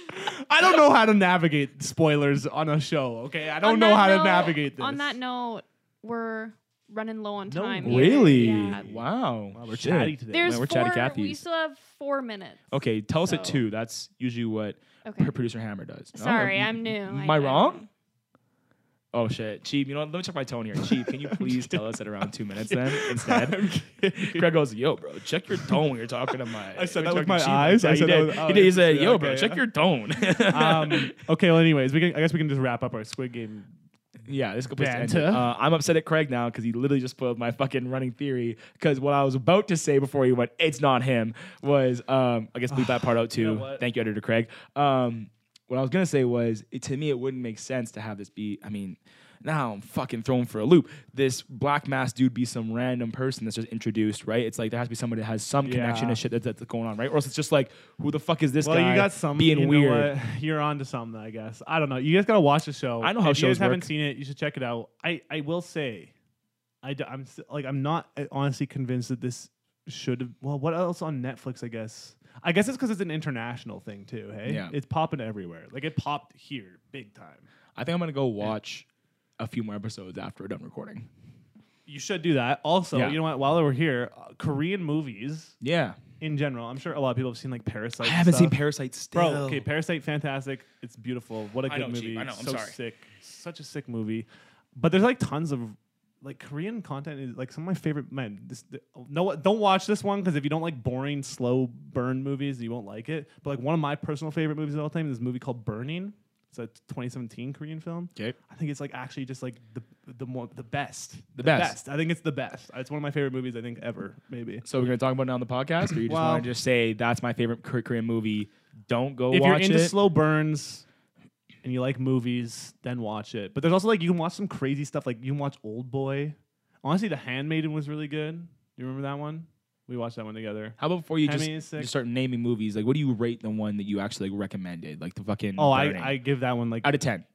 C: I don't know how to navigate spoilers on a show. Okay, I don't
E: (laughs) On
C: know
E: that
C: how to
E: note-
C: navigate this.
E: On that note, we're running low on
C: No
E: time. here.
D: Really?
E: Yeah.
D: Wow.
C: Wow, we're
D: Shit.
C: chatty today.
E: There's
D: Man, we're
E: four.
D: chatty Cathy's.
E: We still have four minutes.
D: Okay, tell us at
E: So-
D: two. That's usually what
E: Okay.
D: her producer Hammer does. No?
E: Sorry, I'm new. I-
D: Oh, Am I
E: I-
D: wrong? Oh shit, Cheap. You know, what? let me check my tone here. Cheap,
C: (laughs)
D: can you please tell us at around two minutes then instead? Craig goes, "Yo, bro, check your tone when you're talking to my."
C: I said
D: when you're talking
C: that with my
D: to Cheap.
C: eyes?
D: Yeah,
C: I
D: he
C: said that
D: did.
C: with-
D: He
C: oh,
D: did. He said,
C: yeah,
D: "Yo,
C: okay,
D: bro,
C: yeah.
D: check your tone."
C: (laughs) um, okay. Well, anyways, we can. I guess we can just wrap up our Squid Game.
D: Yeah, this is a good place to end
C: Banter.
D: it. Uh, I'm upset at Craig now because he literally just spoiled my fucking running theory. Because what I was about to say before he went, it's not him, was um, I guess bleep that part
C: (sighs)
D: out too.
C: what?
D: Thank you, editor Craig. Um, what I was gonna say was, it, to me, it wouldn't make sense to have this be. I mean, now I'm fucking thrown for a loop. This black mass dude be some random person that's just introduced, right? It's like there has to be somebody that has some connection to
C: Yeah.
D: shit that, that's going on, right? Or else it's just like, who the fuck is this
C: Well,
D: guy?
C: you got some
D: being
C: you know
D: weird.
C: what? (laughs) You're onto something, I guess. I don't know. You guys gotta watch the show.
D: I know how
C: if you
D: shows
C: guys haven't
D: work.
C: seen it. You should check it out. I I will say, I d- I'm s- like I'm not uh, honestly convinced that this should. have Well, what else on Netflix? I guess. I guess it's because it's an international thing too. Hey,
D: Yeah.
C: it's popping everywhere. Like it popped here big time.
D: I think I'm gonna go watch a few more episodes after we're done recording.
C: You should do that. Also,
D: Yeah.
C: you know what? While we're here, uh, Korean movies
D: Yeah.
C: in general. I'm sure a lot of people have seen like Parasite.
D: I
C: and
D: haven't seen
C: stuff.
D: Parasite still.
C: Bro, okay, Parasite, fantastic. It's beautiful. What a
D: I
C: good
D: know, Chief.
C: movie.
D: I know. I'm
C: so
D: sorry.
C: sick. Such a sick movie. But there's like tons of like Korean content is like some of my favorite man. This the, no what- don't watch this one because if you don't like boring, slow burn movies, you won't like it. But like one of my personal favorite movies of all time is this movie called Burning. It's a 2017 Korean film.
D: Okay.
C: I think it's like actually just like the the more the best. The,
D: best.
C: I think it's the best. It's one of my favorite movies I think ever, maybe.
D: So we're gonna talk about it on the podcast, or you just
C: Well-
D: want to just say that's my favorite Kor- Korean movie? Don't go
C: if you're
D: watch
C: into
D: it.
C: slow burns and you like movies, then watch it. But there's also like you can watch some crazy stuff. Like you can watch Old Boy. Honestly, The Handmaiden was really good. You remember that one? We watched that one together.
D: How about before you
C: Hemi
D: just,
C: is sick.
D: just start naming movies? Like, what do you rate the one that you actually like, recommended? Like the fucking.
C: Oh,
D: Burning.
C: I, I give that one like
D: out of ten.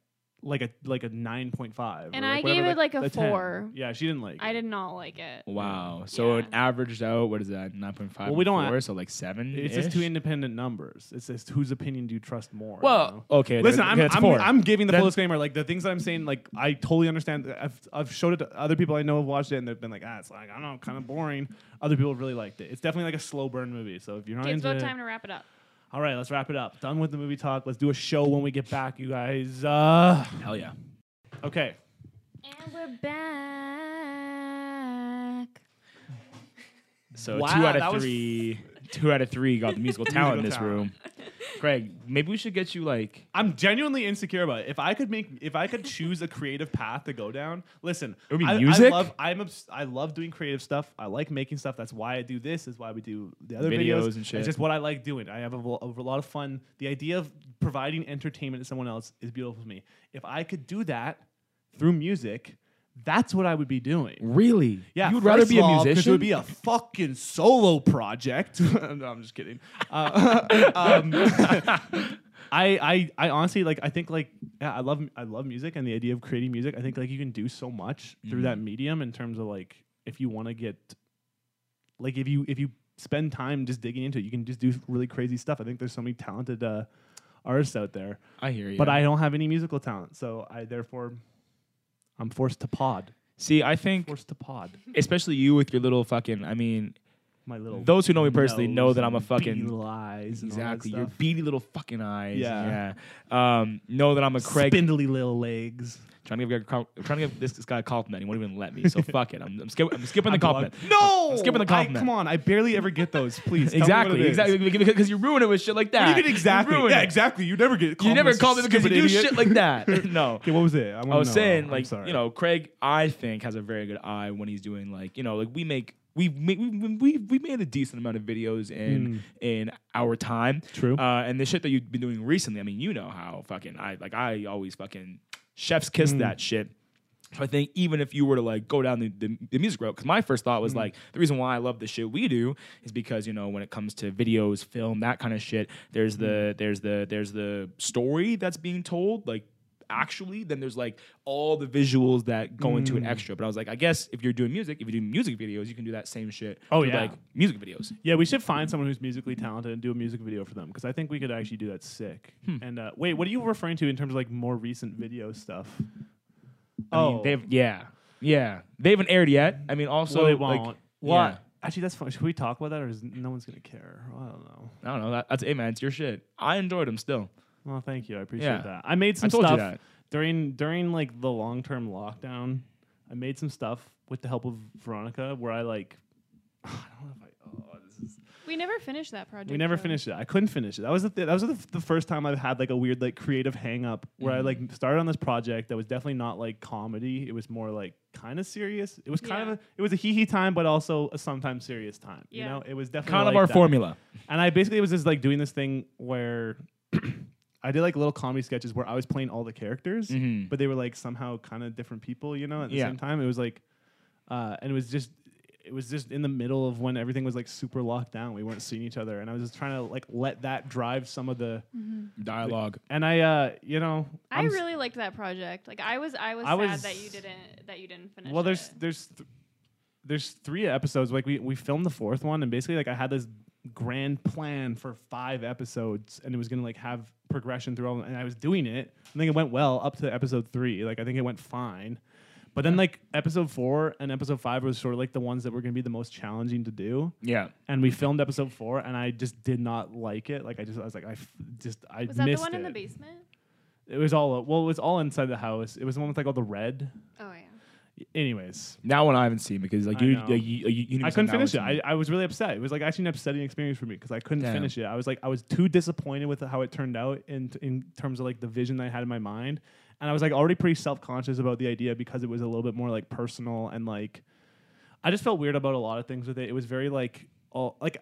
C: like a like a nine point five.
E: And I gave it, like, a four.
C: Yeah, she didn't like.
E: I
C: it.
E: did not like it.
D: Wow. So it averaged out. What is that? Nine point five.
C: Well, we don't-
D: Four, so like seven.
C: It's just two independent numbers. It's just whose opinion do you trust more? you know?
D: Well, okay.
C: Listen,
D: okay,
C: I'm,
D: that's
C: I'm,
D: four.
C: I'm giving the
D: Then-
C: full disclaimer. Like the things that I'm saying, like I totally understand. I've I've showed it to other people I know have watched it, and they've been like, ah, it's like I don't know, kind of boring. Other people have really liked it. It's definitely like a slow burn movie. So if you're not
E: Okay, it's
C: into
E: about
C: it,
E: time to wrap it up.
C: all right, let's wrap it up. Done with the movie talk. Let's do a show when we get back, you guys. Uh,
D: Hell yeah.
C: okay.
E: And we're back.
D: So
C: Wow,
D: two out
C: that
D: of
C: was-
D: three, two out of three got the musical talent in this
C: (laughs) Musical
D: room. Craig, maybe we should get you like
C: I'm genuinely insecure about it. If I could make, if I could choose a creative path to go down, listen,
D: would be
C: I,
D: music?
C: I love, I'm obs- I love doing creative stuff. I like making stuff. That's why I do this. Is why we do the other
D: Videos
C: videos,
D: and shit.
C: It's just what I like doing. I have a, lo- a lot of fun. The idea of providing entertainment to someone else is beautiful to me. If I could do that through music, that's what I would be doing.
D: really.
C: Yeah,
D: you would rather
C: first
D: be
C: of
D: a
C: all, 'cause
D: musician.
C: It would be a fucking solo project. (laughs) no, I'm just kidding. Uh, (laughs) um, I, I, I honestly like. I think like yeah, I love I love music and the idea of creating music. I think like you can do so much through that
D: Mm-hmm.
C: medium in terms of like if you want to get like if you if you spend time just digging into it, you can just do really crazy stuff. I think there's so many talented uh, artists out there,
D: I hear you.
C: but I don't have any musical talent, so I therefore I'm forced to pod.
D: see. I think,
C: Forced to pod.
D: especially you with your little fucking. I mean,
C: My little
D: those who know me personally know
C: nose
D: that I'm a
C: and beady
D: fucking
C: little eyes and all that
D: exactly your
C: stuff.
D: beady little fucking eyes.
C: Yeah.
D: yeah. Um, know that I'm a Craig.
C: spindly little legs.
D: Trying to give a com- trying to give this, this guy a compliment. He won't even let
C: (laughs)
D: me. So fuck it. I'm, I'm, skip- I'm skipping the compliment.
C: No,
D: I'm skipping the
C: I-
D: compliment.
C: come on, I barely ever get those. Please, (laughs) tell me what it
D: Exactly,
C: is.
D: exactly, because you ruin it with shit like that.
C: You get exactly,
D: ruin
C: yeah,
D: it.
C: exactly. You never get.
D: You never
C: compliments,
D: called it because you
C: stupid
D: do
C: idiot.
D: shit like that. no.
C: (laughs) Okay, what was it? wanna
D: I was
C: know. uh,
D: saying,
C: I'm
D: like,
C: sorry.
D: you know, Craig, I think has a very good eye when he's doing, like, you know, like we make. We we we we made a decent amount of videos in in our time.
C: Hmm. True.
D: Uh, and the shit that you've been doing recently, I mean, you know how fucking I like I always fucking chef's kiss
C: Mm.
D: that shit. So I think even if you were to like go down the, the, the music route, because my first thought
C: Mm.
D: was like the reason why I love the shit we do is because you know when it comes to videos,
C: Mm.
D: film, that kind of shit, there's the there's the there's the story that's being told like actually, then there's like all the visuals that go into
C: Mm.
D: an extra. But I was like, I guess if you're doing music, if you do music videos, you can do that same shit.
C: Oh,
D: through,
C: yeah.
D: like music videos.
C: Yeah, we should find someone who's musically talented and do a music video for them because I think we could actually do that sick. And uh, wait, what are you referring to in terms of like more recent video stuff?
D: I
C: Oh.
D: mean, they've yeah, yeah. They haven't aired yet. I mean, also
C: well, they
D: like,
C: won't.
D: yeah.
C: What? Actually, that's funny. Should we talk about that, or is no one's gonna care? I don't know.
D: I don't know. That, that's it, man. It's your shit. I enjoyed them still.
C: Well, thank you. I appreciate
D: Yeah.
C: that. I made some
D: told you
C: stuff
D: that.
C: during during like the long term lockdown. I made some stuff with the help of Veronica, where I like. (sighs) I don't know if I. Oh, this is.
E: We never finished that project.
C: We never
E: though.
C: finished it. I couldn't finish it. That was the th- that was the, f- the first time I've had like a weird like creative hang up where
D: Mm-hmm.
C: I like started on this project that was definitely not like comedy. It was more like kind of serious. It was kind
E: Yeah.
C: of a, it was a hee hee time, but also a sometimes serious time. You
E: Yeah.
C: know, it was definitely
D: Kind of
C: like
D: our
C: that.
D: formula.
C: And I basically was just like doing this thing where (clears throat) I did like little comedy sketches where I was playing all the characters,
D: Mhm.
C: but they were like somehow kind of different people. You know, at the
D: Yeah.
C: same time, it was like, uh, and it was just. It was just in the middle of when everything was like super locked down. We weren't seeing each other, and I was just trying to like let that drive some of the.
D: Dialogue.
C: And I, uh, you know,
E: I
C: I'm s-
E: really liked that project. Like I was, I was
C: I
E: sad
C: was-
E: that you didn't that you didn't finish.
C: Well, there's
E: it.
C: there's th- there's three episodes. Like we we filmed the fourth one, and basically like I had this grand plan for five episodes, and it was gonna like have progression through all. And I was doing it. I think it went well up to episode three. Like I think it went fine. But then like episode four and episode five was sort of like the ones that were gonna be the most challenging to do.
D: Yeah.
C: And we filmed episode four, and I just did not like it. Like I just I was like I f- just I
E: was that the
C: missed
E: one in the
C: it.
E: basement?
C: It was all well, it was all inside the house. It was the one with like all the red.
E: Oh yeah.
C: Anyways,
D: That one I haven't seen because like
C: I
D: you,
C: know.
D: like, you, you, you
C: I couldn't finish it.
D: I,
C: I, I was really upset. It was like actually an upsetting experience for me because I couldn't
D: Damn.
C: finish it. I was like I was too disappointed with how it turned out in in terms of like the vision that I had in my mind, and I was like already pretty self conscious about the idea because it was a little bit more like personal and like I just felt weird about a lot of things with it. It was very like all like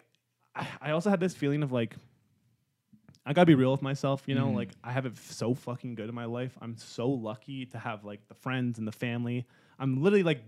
C: I, I also had this feeling of like I gotta be real with myself, you know. Like I have it f- so fucking good in my life. I'm so lucky to have like the friends and the family. I'm literally like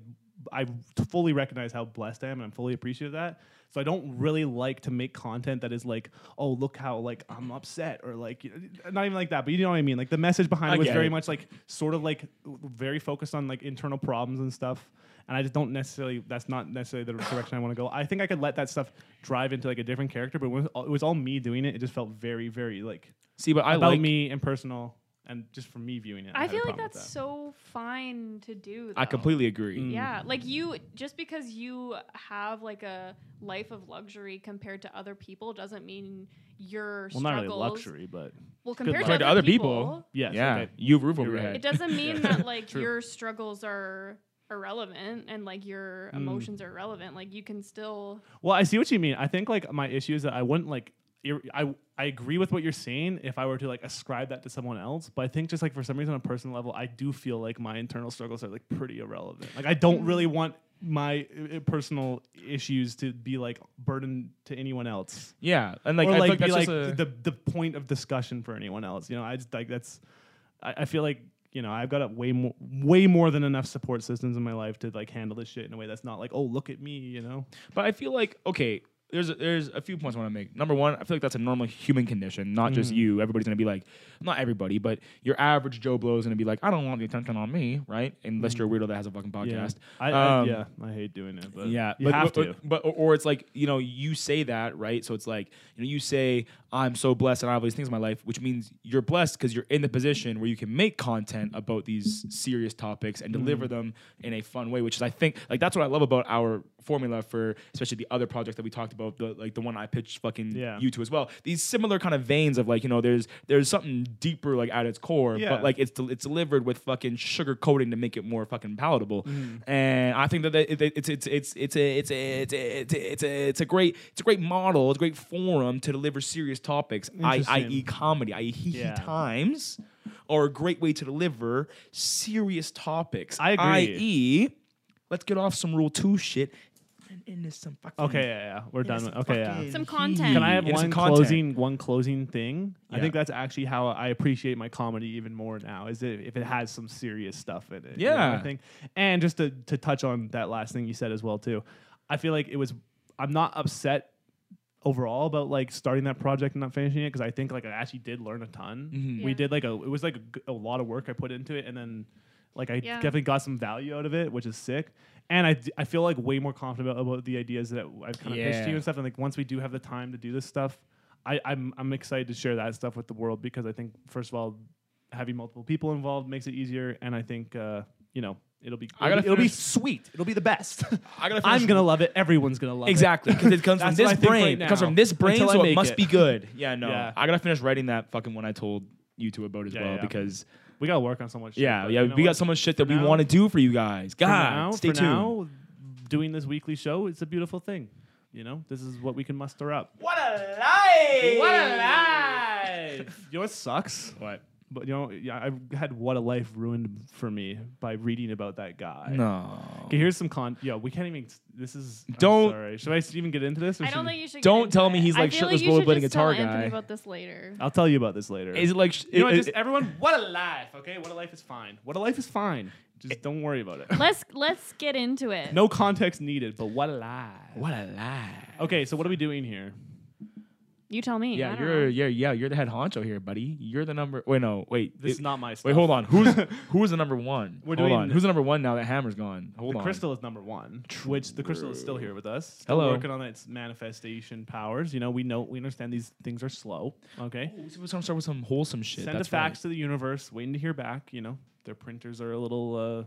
C: I t- fully recognize how blessed I am, and I'm fully appreciative of that. So I don't really like to make content that is like, oh, look how like I'm upset or like y- not even like that, but you know what I mean. Like the message behind
D: I
C: it was
D: get
C: very
D: it.
C: much like sort of like very focused on like internal problems and stuff. And I just don't necessarily. That's not necessarily the direction I want to go. I think I could let that stuff drive into like a different character, but when it was all- it was all me doing it. It just felt very, very like
D: see, but I
C: about
D: like
C: me and personal and just from me viewing it.
E: I,
C: had a
E: feel like
C: problem with
E: that's
C: that.
E: so fine to do.
D: I
E: though.
D: completely agree.
C: Mm.
E: Yeah, like you just because you have like a life of luxury compared to other people doesn't mean your
C: well, not
E: struggles.
C: really luxury, but
E: Well, compared
C: luck.
E: to other people,
C: yes,
D: yeah,
C: okay.
D: you have roof over
C: You're
D: your
C: right.
D: head.
E: it doesn't mean
D: (laughs)
E: that like
D: True.
E: your struggles are irrelevant and like your
D: Mm.
E: emotions are irrelevant. Like you can still
C: Well, I see what you mean. I think like my issue is that I wouldn't like. ir- I I agree with what you're saying. If I were to like ascribe that to someone else, but I think just like for some reason on a personal level, I do feel like my internal struggles are like pretty irrelevant. Like I don't
D: Mm.
C: really want my uh, uh, personal issues to be like burden to anyone else.
D: Yeah, and like
C: or
D: I
C: like
D: think
C: be
D: that's
C: like
D: just a,
C: the the point of discussion for anyone else. You know, I just like that's. I, I feel like you know I've got a way more way more than enough support systems in my life to like handle this shit in a way that's not like oh look at me you know.
D: But I feel like okay, there's a, there's a few points I want to make. Number one, I feel like that's a normal human condition, not just
C: Mm.
D: you. Everybody's gonna be like, not everybody, but your average Joe Blow is gonna be like, I don't want the attention on me, right? Unless you're a weirdo that has a fucking podcast.
C: Mm. I, I-
D: Um,
C: yeah, I hate doing it, but
D: yeah,
C: you
D: but,
C: have
D: but,
C: to.
D: But or, or it's like you know you say that right, so it's like you know you say I'm so blessed and I have all these things in my life, which means you're blessed because you're in the position where you can make content about these serious topics and deliver
C: Mm-hmm.
D: them in a fun way, which is I think like that's what I love about our formula for especially the other project that we talked about, the, like the one I pitched fucking
C: Yeah.
D: you to as well. These similar kind of veins of like you know there's there's something deeper like at its core,
C: Yeah.
D: but like it's del- it's delivered with fucking sugar coating to make it more fucking palatable.
C: Mm-hmm.
D: And I think that that it, it's it's it's it's a it's a it's a it's a, it's a, it's a great it's a great model, it's a great forum to deliver serious topics, i-
C: Interesting.
D: i.e. comedy, i.e. hee hee
C: Yeah.
D: times, are a great way to deliver serious topics.
C: I agree.
D: I.e. Let's get off some rule two shit and into some fucking
C: Okay, yeah, yeah, we're done.
D: into
C: With,
D: some
C: okay, yeah.
D: fucking
E: Some
D: hee-
E: content.
C: Can I have
D: into some
C: one
D: content.
C: closing one closing thing? I
D: Yeah.
C: think that's actually how I appreciate my comedy even more now. Is it, if it has some serious stuff in it. you know,
D: Yeah.
C: I think. And just to to touch on that last thing you said as well too, I feel like it was. I'm not upset overall about like starting that project and not finishing it because I think like I actually did learn a ton. We
D: Mm-hmm.
E: Yeah.
C: did like a it was like a g- a, lot of work I put into it and then like I
E: Yeah.
C: definitely got some value out of it, which is sick. And I, d- I feel like way more confident about the ideas that I've kind of pitched to
D: Yeah.
C: you and stuff. And like once we do have the time to do this stuff, I, I'm I'm excited to share that stuff with the world because I think first of all, having multiple people involved makes it easier, and I think uh, you know it'll be
D: I
C: it'll,
D: gotta
C: be, it'll be
D: finish-
C: sweet. It'll be the best.
D: I gotta finish-
C: (laughs) I'm gonna love it. Everyone's gonna love
D: Exactly,
C: it.
D: because it (laughs) comes from
C: That's what
D: this
C: I think
D: brain.
C: right
D: it comes
C: now,
D: from this brain,
C: until I
D: so it
C: make
D: must
C: it.
D: be (laughs) good. Yeah, no,
C: Yeah.
D: I gotta finish writing that fucking one I told you two about as
C: Yeah,
D: well
C: yeah.
D: because
C: We gotta work on so much. shit,
D: yeah,
C: but
D: yeah,
C: you know
D: we
C: what?
D: got so much shit that we
C: now-
D: want to do for you guys. God,
C: For now,
D: stay
C: for
D: tuned.
C: now, doing this weekly show, it's a beautiful thing. You know, this is what we can muster up.
D: What a life!
C: What a life! you know what sucks?
D: What?
C: But you know, yeah, I've had what a life ruined for me by reading about that guy.
D: No.
C: Okay, here's some con. Yeah, we can't even. This is. I'm
D: Don't-
C: sorry. Should I s- even get into this? Or
E: I don't
C: should-
E: think you should. get
D: Don't
E: into
D: tell
E: it.
D: me he's
E: I
D: like
E: feel
D: shirtless
E: you should
D: rollerblading
E: just
D: guitar
E: tell Anthony
D: guy. Oh.
E: About this later.
C: I'll tell you about this later.
D: Is it like sh-
C: you know,
D: it-
C: what, just
D: it-
C: everyone. What a life! Okay, what a life is fine. What a life is fine. Just don't worry about it.
E: let's let's get into it.
C: No context needed, but what a life.
D: what a life?
C: Okay, so what are we doing here?
E: you tell me. I
D: Yeah,
E: don't
D: you're
E: know.
D: yeah yeah you're the head honcho here, buddy. You're the number. Wait, no, wait.
C: This
D: it-
C: is not my. Stuff.
D: Wait, hold on. (laughs)
C: (laughs)
D: Who's who's the number one?
C: We're
D: hold
C: doing-
D: on. Who's the number one now that Hammer's gone? Hold
C: The
D: on.
C: crystal is number one, which the crystal is still here with us. Still
D: Hello.
C: working on its manifestation powers. You know, we know we understand these things are slow. Okay,
D: Ooh, so We're gonna start with some wholesome shit.
C: send a
D: That's
C: fax to the universe, waiting to hear back. You know, their printers are a little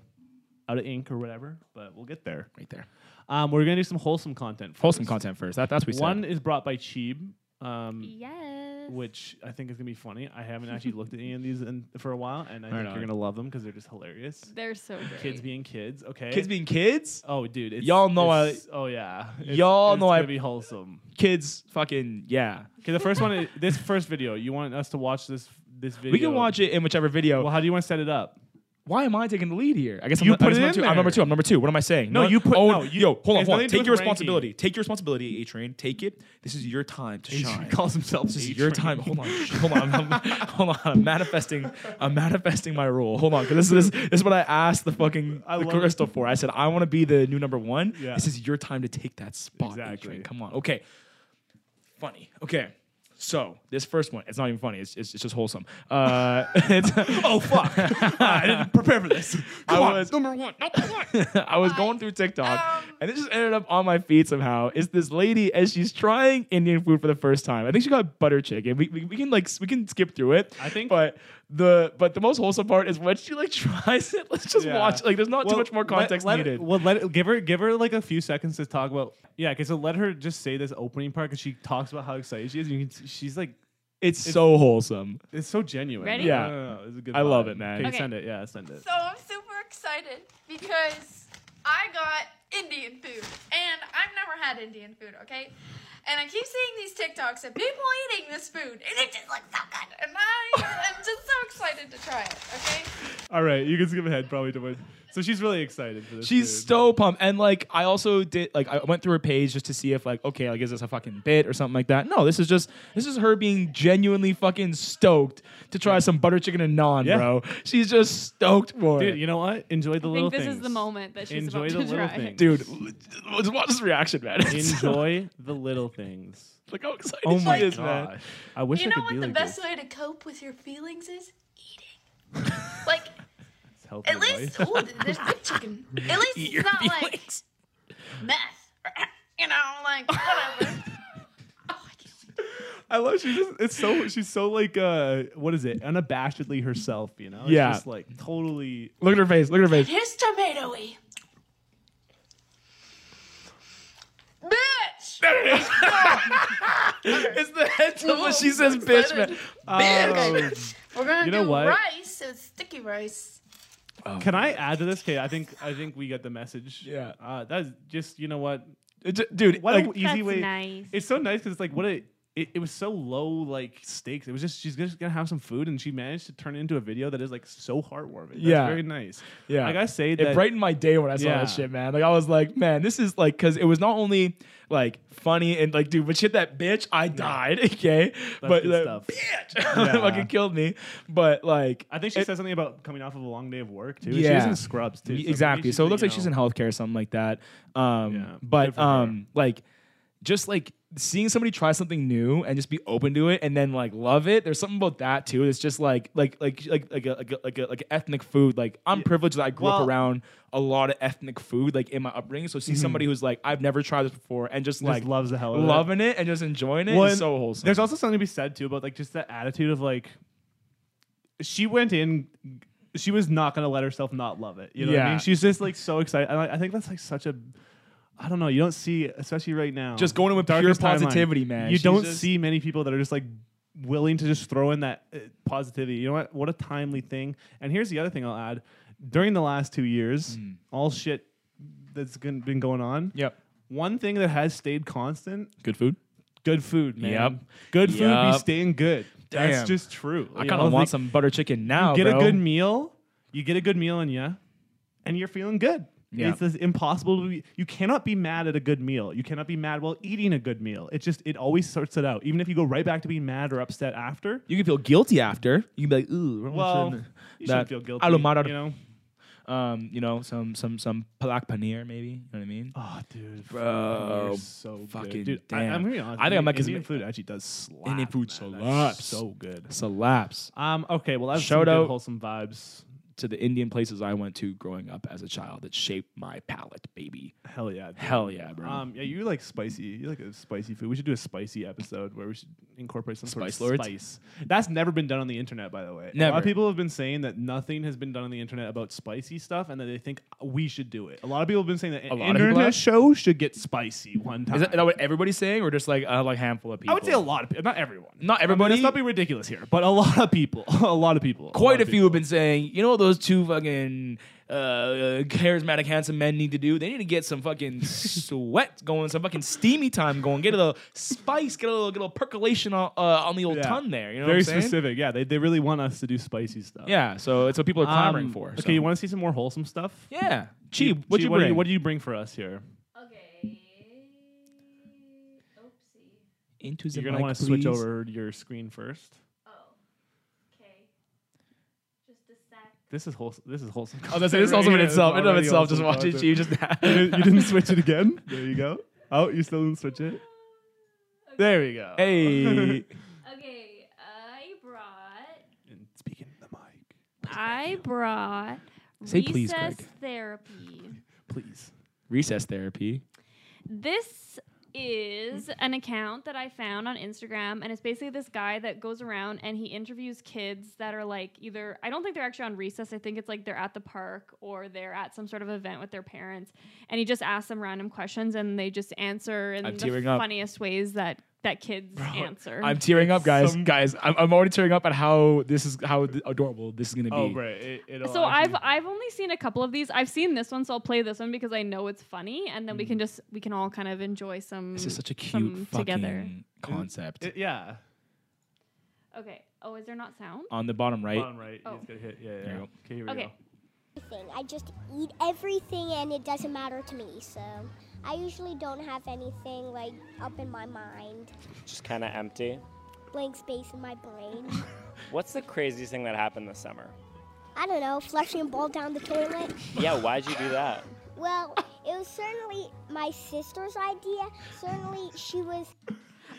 C: uh, out of ink or whatever, but we'll get there.
D: right, right there.
C: Um, we're gonna do some wholesome content. First.
D: Wholesome content first. That, that's what we said.
C: One is brought by Cheeb. Um,
E: Yes.
C: which I think is gonna be funny. I haven't actually looked at any of these in, for a while, and I
D: Right
C: think
D: on.
C: you're gonna love them because they're just hilarious.
E: They're so great.
C: Kids being kids, okay.
D: kids being kids.
C: Oh, dude! It's,
D: Y'all know I-
C: it's- Oh yeah. It's-
D: Y'all
C: it's
D: know I-
C: gonna be wholesome.
D: Kids, fucking yeah.
C: Okay, the first one, is, this first video, you want us to watch this this video?
D: We can watch it in whichever video.
C: Well, how do you want to set it up?
D: Why am I taking the lead here? I guess
C: You
D: I'm, I
C: put
D: guess
C: it
D: I'm
C: in
D: number two. I'm number
C: there.
D: two. I'm number two. What am I saying?
C: No, you put-
D: Oh,
C: no, you-
D: yo, hold on, hold
C: it's nothing
D: on.
C: to do
D: Take
C: with
D: your
C: ranking.
D: responsibility. Take your responsibility, A Train. Take it. This is your time to shine.
C: calls himself.
D: This is your time.
C: (laughs)
D: Hold on, sh- hold on, I'm, (laughs) I'm- hold on. I'm manifesting. I'm manifesting my role. Hold on, 'cause this is this is what I asked the fucking
C: I
D: the
C: love it.
D: crystal for. I said I want to be the new number one.
C: Yeah.
D: This is your time to take that spot. Adrian.
C: Exactly.
D: Come on. Okay. Funny. Okay. So this first one, it's not even funny. It's it's, it's just wholesome. Uh, it's, (laughs) oh fuck! I didn't prepare for this. I was number one. Number one. (laughs) Um, I was going through TikTok, and it just ended up on my feed somehow. Is this lady as she's trying Indian food for the first time? I think she got butter chicken. We, we, we can like s- we can skip through it.
C: I think-
D: but the but the most wholesome part is when she like (laughs) tries it. Let's just
C: Yeah.
D: watch. Like there's not
C: Well,
D: too much more
C: let-
D: context
C: let-
D: needed.
C: well, let it, give her give her like a few seconds to talk about. Yeah, okay, so let her just say this opening part because she talks about how excited she is. And you can, she's like,
D: it's so wholesome.
C: it's so genuine.
E: Ready?
D: Yeah.
C: No, no, no, it's a good
D: I love
C: vibe.
D: it, man.
C: Okay,
E: Okay.
C: send it. Yeah, send it.
F: So I'm super excited because I got Indian food and I've never had Indian food, okay? And I keep seeing these TikToks of people eating this food and it just looks so good. And I am just so excited to try it, okay?
C: All right, you can skip ahead probably to what. So she's really excited for this.
D: She's
C: dude.
D: so pumped. And like I also did like I went through her page just to see if like, okay, like is this a fucking bit or something like that? No, this is just this is her being genuinely fucking stoked to try some butter chicken and naan,
C: Yeah.
D: bro. She's just stoked for
C: Dude,
D: it.
C: you know what? Enjoy the
E: I
C: little
E: think this
C: things.
E: is the moment that she's
C: Enjoy
E: about
C: the
E: to
C: little
E: try.
C: things.
D: Dude, let's watch this reaction, man. (laughs) It's-
C: (laughs) Enjoy the little things.
D: Look how excited
C: Oh
D: she
C: my
D: is,
C: gosh.
D: man.
C: I wish
F: You
C: I
F: know
C: could
F: what
C: be
F: the
C: like
F: best
C: this.
F: way to cope with your feelings is? Eating.
C: (laughs)
F: like,
C: It's healthy
F: at least,
C: (laughs) advice.
F: ooh, there's big chicken. At least
D: Eat
F: it's
D: your
F: not like
D: feelings.
F: meth. (laughs) You know, like,
C: (laughs)
F: whatever. Oh,
C: I love she's just it's so she's so like uh what is it unabashedly herself you know It's
D: Yeah.
C: just like totally
D: Look at her face. Look at
F: (laughs)
D: her face.
F: Here's tomatoey. Bitch!
C: (laughs)
D: It's the head to
F: Whoa, (laughs)
D: what she says,
F: I'm
D: bitch, man.
F: excited.
C: Oh.
F: We're gonna
C: You know
F: do
C: what?
F: rice. So it's sticky rice.
C: can I add to this okay I think I think we get the message
D: Yeah.
C: uh, that's just you know what
D: It ju- Um, dude,
C: what
D: like,
C: an easy
E: That's
C: way
E: nice.
C: it's so nice because like what a it, it was so low like stakes it was just she's just gonna have some food and she managed to turn it into a video that is like so heartwarming That's
D: Yeah.
C: very nice
D: Yeah.
C: like I say
D: it
C: that
D: brightened my day when I saw
C: Yeah.
D: that shit, man. Like I was like, man, this is like because it was not only like funny and like, dude, but shit, that bitch, I died, (laughs) okay, but
C: good
D: that
C: stuff.
D: bitch
C: Yeah.
D: (laughs) fucking killed me. But like,
C: I think she
D: it-
C: says something about coming off of a long day of work too she was
D: Yeah.
C: in scrubs too so maybe
D: exactly.
C: she's,
D: So it looks
C: you
D: like she's
C: know-
D: in healthcare, or something like that. Um,
C: Yeah. Good
D: but
C: for her.
D: um, like, just like seeing somebody try something new and just be open to it and then like love it. There's something about that too. It's just like like like like like a, like a, like, a, like ethnic food. Like I'm privileged that I grew up
C: Well-
D: around a lot of ethnic food like in my upbringing. So see somebody who's like I've never tried this before and just, like
C: loves the hell out of it.
D: loving it and just enjoying it.
C: Well,
D: is
C: and
D: so wholesome.
C: There's also something to be said too about like just that attitude of like she went in she was not gonna let herself not love it. You know what I
D: Yeah.
C: mean? She's just like so excited. And I, I think that's like such a I don't know, you don't see especially right now.
D: Just going in with pure
C: darkest timeline,
D: positivity, man.
C: You
D: She's
C: don't
D: just-
C: see many people that are just like willing to just throw in that uh, positivity. You know what? What a timely thing. And here's the other thing I'll add. During the last 2 years,
D: Mm.
C: all shit that's gon- been going on.
D: yep.
C: One thing that has stayed constant
D: Good food.
C: good food, man.
D: Yep.
C: Good food
D: Yep.
C: be staying good.
D: Damn.
C: That's just true.
D: I kind of want some butter chicken now.
C: Get
D: bro.
C: a good meal. You get a good meal in you, and you're feeling good.
D: Yeah.
C: It's just impossible to be. You cannot be mad at a good meal. You cannot be mad while eating a good meal. It just it always sorts it out. Even if you go right back to being mad or upset after.
D: You can feel guilty after. You can be like, ooh,
C: Well, you
D: that
C: shouldn't feel guilty.
D: aloo mater-
C: You know.
D: um, you know, some some some palak paneer, maybe. You know what I mean?
C: Oh, dude,
D: Ah, Bro,
C: You're so
D: fucking
C: good. dude. I,
D: damn.
C: I'm gonna be honest.
D: I think I'm
C: Indian,
D: like- 'cause
C: Indian food actually does slap.
D: Indian food
C: man. That's
D: slaps.
C: so good.
D: Slaps
C: Um. Okay. Well, that's
D: Shout
C: some good
D: out-
C: wholesome vibes.
D: to the Indian places I went to growing up as a child that shaped my palate, baby.
C: Hell yeah. dude.
D: Hell yeah, bro.
C: Um, yeah, you like spicy. You like a spicy food. We should do a spicy episode where we should incorporate some
D: Spice
C: sort of
D: lords?
C: spice. That's never been done on the internet, by the way. A lot
D: Never.
C: of people have been saying that nothing has been done on the internet about spicy stuff, and that they think we should do it. A lot of people have been saying that
D: lot
C: an
D: of people have?
C: internet show should get spicy one time.
D: Is that, is that what everybody's saying, or just like a like handful of people?
C: I would say a lot of people, not everyone.
D: Not
C: I mean,
D: everybody.
C: let's not be ridiculous here, but a (laughs) lot of people. a lot of people.
D: Quite
C: lot
D: a
C: of
D: few have
C: people.
D: been saying, you know, what those two fucking uh, charismatic, handsome men need to do. They need to get some
C: (laughs)
D: fucking sweat going, some fucking steamy time going. Get a little spice, get a little, get a little percolation on, uh, on the old
C: Yeah.
D: tongue there. You know, what
C: Very
D: I'm saying?
C: specific. Yeah, they, they really want us to do spicy stuff.
D: Yeah, so it's what people are clamoring
C: Um,
D: for.
C: Okay,
D: so.
C: you want to see some more wholesome stuff?
D: Yeah,
C: Chi,
D: cheap. What'd
C: Chi,
D: you
C: what do
D: bring?
C: what do you bring for us here?
F: Okay. Oopsie.
D: Into the
C: You're gonna
D: mic,
C: want to switch
D: please.
C: over your screen first.
F: Oh. Okay. Just a sec.
C: This is wholesome. This is wholesome.
D: Oh,
C: (laughs)
D: that's it. It's also in
C: Yeah,
D: itself. In and of
C: already
D: itself, just
C: wholesome
D: watch it.
C: content.
D: You just
C: (laughs) you didn't switch it again. (laughs) There you go. Oh, you still didn't switch it. There we go.
D: (laughs)
C: (laughs)
D: Hey,
F: Okay, I brought.
C: And speaking to the mic,
E: I brought
D: Say please, Greg.
E: recess therapy.
C: please.
D: recess therapy.
E: This is an account that I found on Instagram, and it's basically this guy that goes around and he interviews kids that are like either, I don't think they're actually on recess. I think it's like they're at the park or they're at some sort of event with their parents. And he just asks them random questions and they just answer in
D: I'm
E: the
D: tearing up.
E: funniest ways that, that kids answer.
D: I'm tearing up, guys.
C: Some-
D: guys, I'm, I'm already tearing up at how this is how th- adorable this is gonna be.
C: Oh, great. It, it'll
E: so I've
C: actually-
E: I've only seen a couple of these. I've seen this one, so I'll play this one because I know it's funny, and then we can just we can all kind of enjoy some.
D: Mm. This is such a
E: some
D: cute fucking
E: together.
D: concept.
C: It- yeah.
E: Okay. Oh, is there not sound?
D: On the bottom right.
C: Bottom right.
E: Oh.
C: It's gonna hit. Yeah. yeah,
D: There
C: yeah.
D: you
C: Okay. Here we
E: Okay.
C: go.
G: everything. I just eat everything and it doesn't matter to me. So I usually don't have anything like up in my mind,
H: just kind of empty.
G: blank space in my brain.
H: What's the craziest thing that happened this summer?
G: I don't know, flushing a ball down the toilet.
H: Yeah, why'd you do that?
G: Well, it was certainly my sister's idea. Certainly she was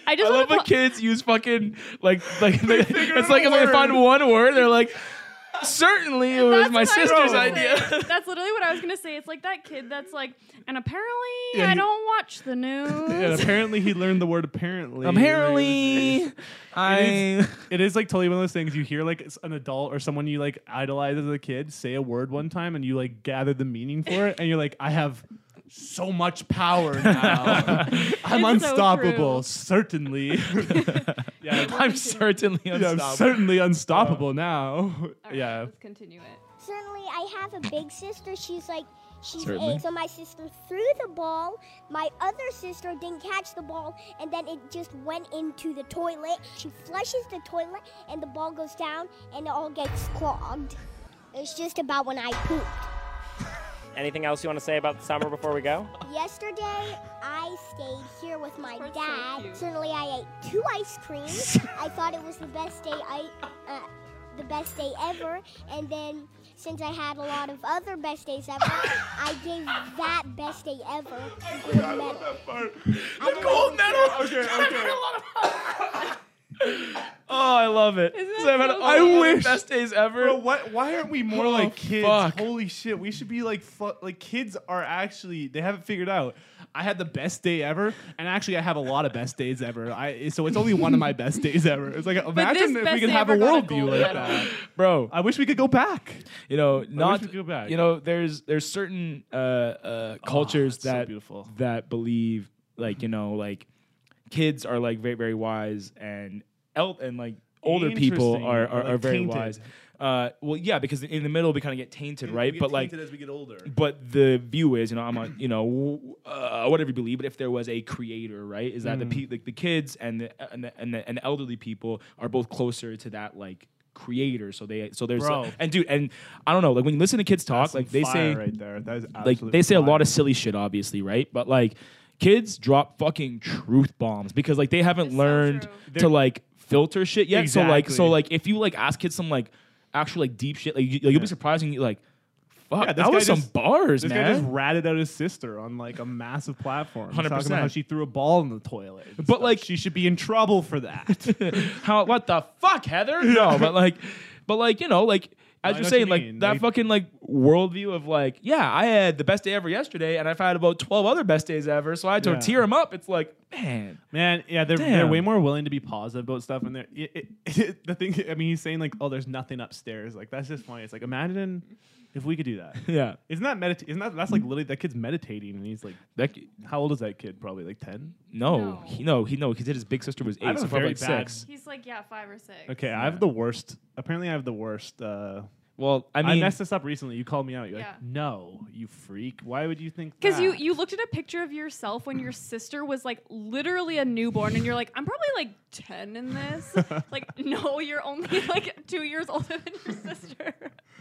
E: I
D: I
E: just
D: love
E: want to. (laughs)
D: when kids use fucking like like (laughs) they- it's like if they find one word, they're like, certainly it was
E: That's
D: my
E: what I was
D: sister's
E: gonna say.
D: idea. (laughs)
E: That's literally what I was gonna say. It's like that kid that's like, and apparently
C: Yeah,
E: I
C: he-
E: don't watch the news.
D: (laughs)
C: And
E: (laughs)
C: apparently, he learned the word apparently. (laughs)
D: Apparently, I.
C: It is like totally one of those things you hear like s- an adult or someone you like idolize as a kid say a word one time and you like gather the meaning for it and you're like, I have so much power
D: (laughs)
C: now. I'm
E: It's so
C: unstoppable, certainly. yeah,
D: (laughs) I'm certainly
C: yeah, I'm
D: unstoppable. Oh.
C: certainly unstoppable now.
E: All right,
C: yeah.
E: Let's continue it.
G: certainly I have a big sister. She's like she's
D: Certainly.
G: eight. So my sister threw the ball. My other sister didn't catch the ball, and then it just went into the toilet. She flushes the toilet, and the ball goes down, and it all gets clogged. It's just about when I pooped.
H: Anything else you want to say about the summer before we go?
G: Yesterday, I stayed here with my
E: That's so
G: dad.
E: cute.
G: certainly, I ate two ice
E: (laughs)
G: creams. I thought it was the best day I, uh, the best day ever. And then since I had a lot of other best days ever, I gave that best day ever the medal.
D: The gold medal. Okay, okay. oh, I love it.
E: Isn't that
D: So I've had
E: so
D: all
E: cool?
D: the
E: I
D: other
E: wish-
D: best days ever.
C: Bro, what, why aren't we more
D: Oh,
C: like kids?
D: fuck.
C: Holy shit, we should be like fu- like kids are actually they haven't figured out. I had the best day ever, and actually I have a lot of best days ever. I so it's only one of my best days ever. It's like imagine
E: this
C: if
E: best
C: we could
E: day
C: have a
E: ever got a
C: worldview
E: gold
C: like
E: medal.
C: that.
D: Bro,
C: I wish we could go back.
D: you know, not
C: we could go back. Ah,
D: you know, there's there's certain uh, uh, cultures
C: it's so
D: that
C: beautiful.
D: that believe like you
C: Mm-hmm.
D: know like kids are like very very wise and el- and like older people
C: Interesting.
D: are are,
C: Like
D: are very
C: tainted.
D: wise. Uh, well, yeah, because in the middle we kind of get tainted, right? But like
C: as we get older,
D: but the view is, you know, I'm on, you know, w- uh, whatever you believe. But if there was a creator, right, is that
C: Mm.
D: the pe- like the kids and the uh, and the, and the and the elderly people are both closer to that like creator. So they so there's
C: Bro.
D: and dude and I don't know like when you listen to kids talk like they say
C: right there. That is
D: like
C: absolute
D: they say a
C: fire.
D: lot of silly shit obviously right but like kids drop fucking truth bombs because like they haven't
E: It's so
D: learned
E: true.
D: to like filter shit yet so like so
C: Exactly.
D: like if you like ask kids some like actual like deep shit like, you, will be surprised when you like fuck
C: Yeah, this
D: that
C: guy
D: was some
C: just-
D: bars
C: This
D: man (laughs)
C: guy just ratted out his sister on like a massive platform. He's Talking
D: 100%.
C: about how she threw a ball in the toilet. and
D: But,
C: stuff.
D: like-
C: she should be in trouble for that.
D: (laughs) how what the fuck
C: (laughs)
D: heather no but like but like you know like as you're
C: I know what
D: saying
C: you
D: like
C: mean.
D: that
C: Like-
D: fucking like worldview of like yeah i had the best day ever yesterday and i've had about 12 other best days ever so i had to
C: Yeah.
D: tear them up it's like man
C: Man, yeah, they're they're
D: Damn.
C: way more willing to be positive about stuff, and they're it, it, (laughs) the thing. I mean, he's saying like, "Oh, there's nothing upstairs." Like that's just funny. It's like imagine if we could do (laughs) that.
D: yeah
C: Isn't that medit? Isn't that that's like literally that kid's meditating, and he's like,
D: that,
C: "How old is that kid? Probably like ten.
D: No,
E: No.
D: he no, he no, he said his big sister was
C: I have
D: eight, so
C: a
D: probably
C: very
D: like
C: bad-
D: six.
E: He's like, yeah, five or six.
C: Okay, I have the worst. Apparently, I have the worst. Uh,
D: Well, I
C: I,
D: mean,
C: messed this up recently. You called me out. You're
E: Yeah.
C: like, "No, you freak! Why would you think?"
E: Because
D: Ah.
E: you
C: that?"
E: you looked at a picture of yourself when your sister was like literally a newborn, and you're like, I'm probably like ten
D: (laughs)
E: in this. like, no, you're only (laughs) like two years older than your sister.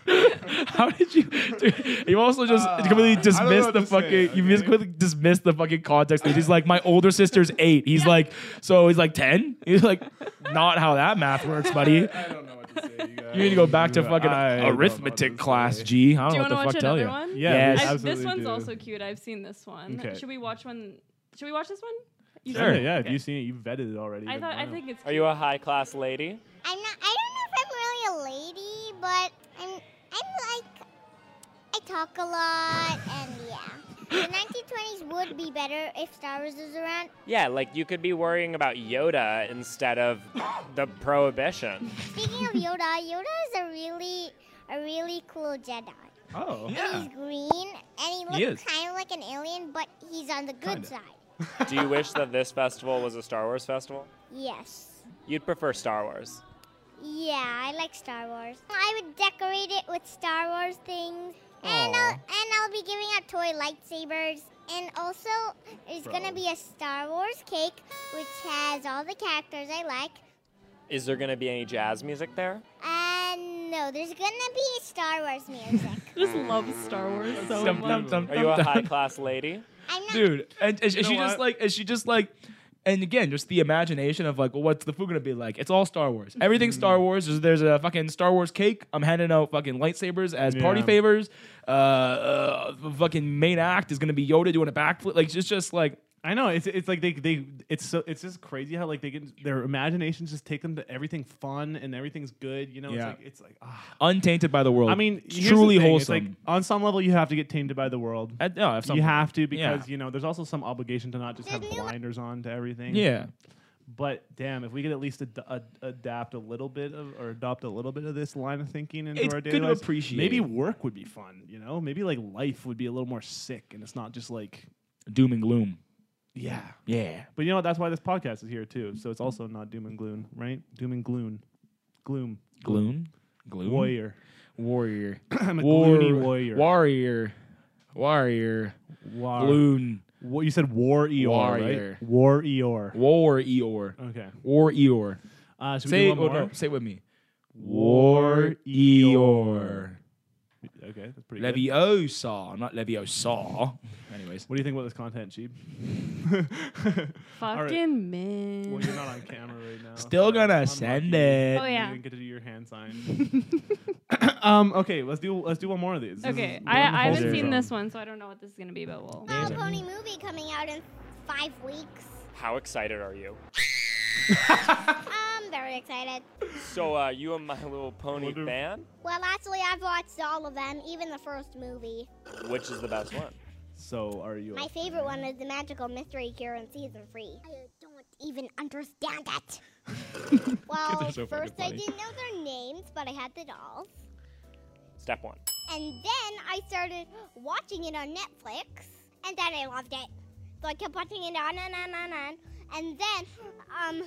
D: (laughs)
E: (laughs)
D: how did you? Dude, you also just
C: Uh,
D: completely dismissed
C: what
D: the
C: to say,
D: fucking. You just
C: okay?
D: completely dismissed the fucking context. He's like, my older sister's eight. He's like, so he's like ten. He's like, not how that math works, buddy.
C: don't know what to say. (laughs)
D: You need to go back to
C: Yeah,
D: fucking
C: I don't know what
D: arithmetic
C: to
D: class,
C: say.
D: G. I
E: Do you
D: don't
E: want
D: know
E: to
D: what
E: watch
D: the fuck tell
E: another
D: you.
E: one?
D: Yes.
C: Yeah, we
E: I- this
C: absolutely
E: one's
C: do.
E: also cute. I've seen this one.
C: Okay.
E: Should we watch one? Should we watch this one? You
C: Sure,
E: should.
C: yeah, if
E: Okay.
C: you've seen it, you vetted it already.
E: I
C: then
E: thought
C: why
E: I
C: not?
E: think it's.
H: Are you a high class lady?
G: I'm not. I don't know if I'm really a lady, but I'm. I'm like. I talk a lot, and yeah. The 1920s would be better if Star Wars was around.
H: Yeah, like you could be worrying about Yoda instead of the prohibition.
G: Speaking of Yoda, Yoda is a really, a really cool Jedi.
C: Oh,
G: He's green, and he
D: He
G: looks
D: is.
G: kind of like an alien, but he's on the good side.
H: Do you wish that this festival was a Star Wars festival?
G: Yes.
H: You'd prefer Star Wars.
G: Yeah, I like Star Wars. I would decorate it with Star Wars things, and I'll, and I'll be giving out toy lightsabers. And also, there's gonna be a Star Wars cake, which has all the characters I like.
H: Is there going to be any jazz music there?
G: And no, there's gonna be Star
D: (laughs)
G: Wars music.
E: I just love Star Wars so
D: Dum,
E: much.
D: dum, dum,
H: Are you a
D: dum, dum.
H: high class lady?
G: I'm not.
D: dude. And,
C: (laughs)
D: and she
C: know
D: just
C: what?
D: like, and she just like, and again, just the imagination of like, well, what's the food gonna be like? It's all Star Wars. Everything's Star
C: Mm.
D: Wars. There's, there's a fucking Star Wars cake. I'm handing out fucking lightsabers as party
C: Yeah.
D: favors. Uh, uh, the fucking main act is gonna be Yoda doing a backflip. Like it's just like,
C: I know. It's it's like they they it's so it's just crazy how like they can their imaginations just take them to everything fun and everything's good. You know,
D: Yeah.
C: it's like it's like ah.
D: untainted by the world.
C: I mean, here's the
D: truly
C: thing, it's
D: wholesome.
C: like on some level you have to get tainted by the world.
D: I- no, I have some-
C: you have to
D: Yeah.
C: because you know there's also some obligation to not just have blinders on to everything.
D: yeah.
C: But damn, if we could at least ad- ad- adapt a little bit of or adopt a little bit of this line of thinking into
D: It's
C: our
D: good
C: daily
D: to
C: lives,
D: appreciate.
C: Maybe work would be fun. You know, maybe like life would be a little more sick and it's not just like
D: Doom and gloom.
C: yeah.
D: Yeah.
C: But you know what? That's why this podcast is here too. So it's also not doom and gloom, right? Doom and gloom, gloom,
D: Gloom. Gloom. (clears throat)
C: warrior. (coughs)
D: Warrior.
C: I'm a gloomy warrior.
D: Warrior. Warrior.
C: War.
D: Gloom.
C: What you said? War Eeyore,
D: Warrior.
C: right? War Eeyore.
D: War Eeyore.
C: Okay.
D: War Eeyore.
C: Uh, should
D: Say
C: we
D: it,
C: do one more?
D: no, say it with me.
C: War
D: Eeyore.
C: Okay, that's pretty good.
D: Leviosa, not Leviosa. Anyways.
C: What do you think about this content,
E: (laughs)
C: Sheep? All right.
E: Fucking men.
C: Well, you're not on camera right now.
D: Still gonna
C: Unlucky.
D: send
E: Oh,
D: it.
E: yeah. (laughs)
C: You didn't get to do your hand sign. (laughs) Um, okay, let's do let's do one more of these. This
E: Okay,
C: is- we're
E: I,
C: in the
E: I
C: whole
E: haven't seen
C: zone.
E: this one, so I don't know what this is gonna be, but we'll.
G: Dog Pony movie coming out in five weeks.
H: How excited are you?
G: I'm very excited.
H: So, uh, you and My Little Pony
C: Wonder-
H: fan?
G: Well, actually, I've watched all of them, even the first movie.
H: Which is the best one?
C: So are you?
G: My favorite one is the magical mystery cure in season three. I don't even understand (laughs) it. well,
D: are
G: at
D: so fucking
G: first I
D: funny.
G: didn't know their names, but I had the dolls.
H: Step one.
G: And then I started watching it on Netflix, and then I loved it. So I kept watching it on and on and on. And then, um,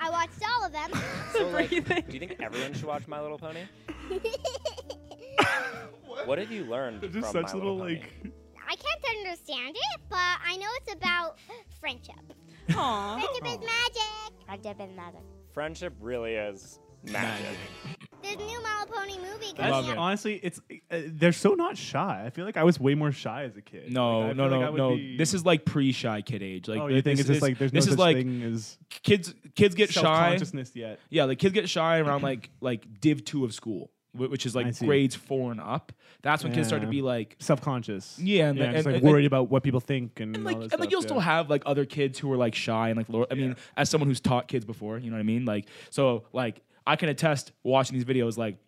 G: I watched all of (laughs) them.
H: So, like, do
E: Breathing.
H: you think everyone should watch My Little Pony? What have you learned
C: They're
H: from
C: just
H: My
C: such
H: Little
C: little
H: Pony?
C: like.
G: I can't understand it, but I know it's about friendship.
E: Aw.
G: Friendship
D: Oh.
G: is magic. Friendship is magic.
H: Friendship really is magic.
G: There's a new My Little Pony movie
C: That's-
G: coming
D: love
G: out.
D: it.
C: Honestly, it's uh, they're so not shy. I feel like I was way more shy as a kid.
D: No,
C: Like, I
D: no,
C: feel like I
D: no,
C: would
D: no.
C: be-
D: This is like pre-shy kid age. Like
C: oh,
D: thi-
C: you think
D: this
C: it's just
D: is-
C: like there's no
D: this
C: such
D: is like
C: thing as
D: kids. Kids get shy.
C: consciousness yet.
D: Yeah, like kids get shy around like like div two of school, wh- which is
C: I
D: like
C: see.
D: grades four and up. That's when kids start to
C: Yeah.
D: be like,
C: Subconscious.
D: Yeah, and
C: and, yeah,
D: the-
C: just,
D: and-
C: like
D: and-
C: worried about what people think and,
D: and
C: all
D: like,
C: this
D: and like
C: stuff,
D: you'll
C: yeah.
D: still have like other kids who are like shy and like lower. I mean, as someone who's taught kids before, you know what I mean. Like, so like I can attest watching these videos. Like,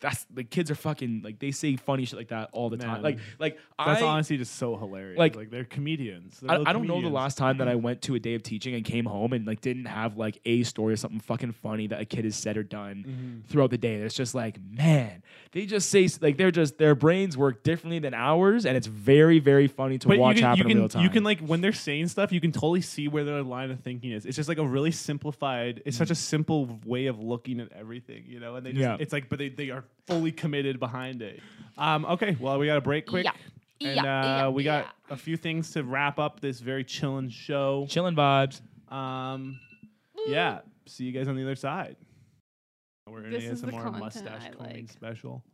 D: that's the kids are fucking like they say funny shit like that all the time.
C: Man.
D: Like, like
C: That's
D: I
C: honestly just so hilarious.
D: like-
C: Like, they're comedians. They're
D: I,
C: little
D: I don't know the
C: comedians. Mm-hmm.
D: last time that I went to a day of teaching and came home and like didn't have like a story or something fucking funny that a kid has said or done
C: Mm-hmm.
D: throughout the day. It's just like, man, they just say s- like they're just their brains work differently than ours, and it's very very funny to
C: But
D: watch
C: you can,
D: happen
C: you
D: in
C: can,
D: real time.
C: you can like when they're saying stuff, you can totally see where their line of thinking is. It's just like a really simplified. It's such a simple way of looking at everything, you know. And they just,
D: Mm. Yeah.
C: it's like, but they, they are fully committed behind it. Um, okay, well we got a break quick,
E: Yeah.
C: and
E: Yeah,
C: uh,
E: yeah,
C: we got
E: yeah.
C: a few things to wrap up this very chillin' show.
D: chilling vibes.
C: Um, yeah, see you guys on the other side. We're in
E: This is the
C: ASMR
E: content
C: mustache
E: I
C: combing
E: like.
C: special.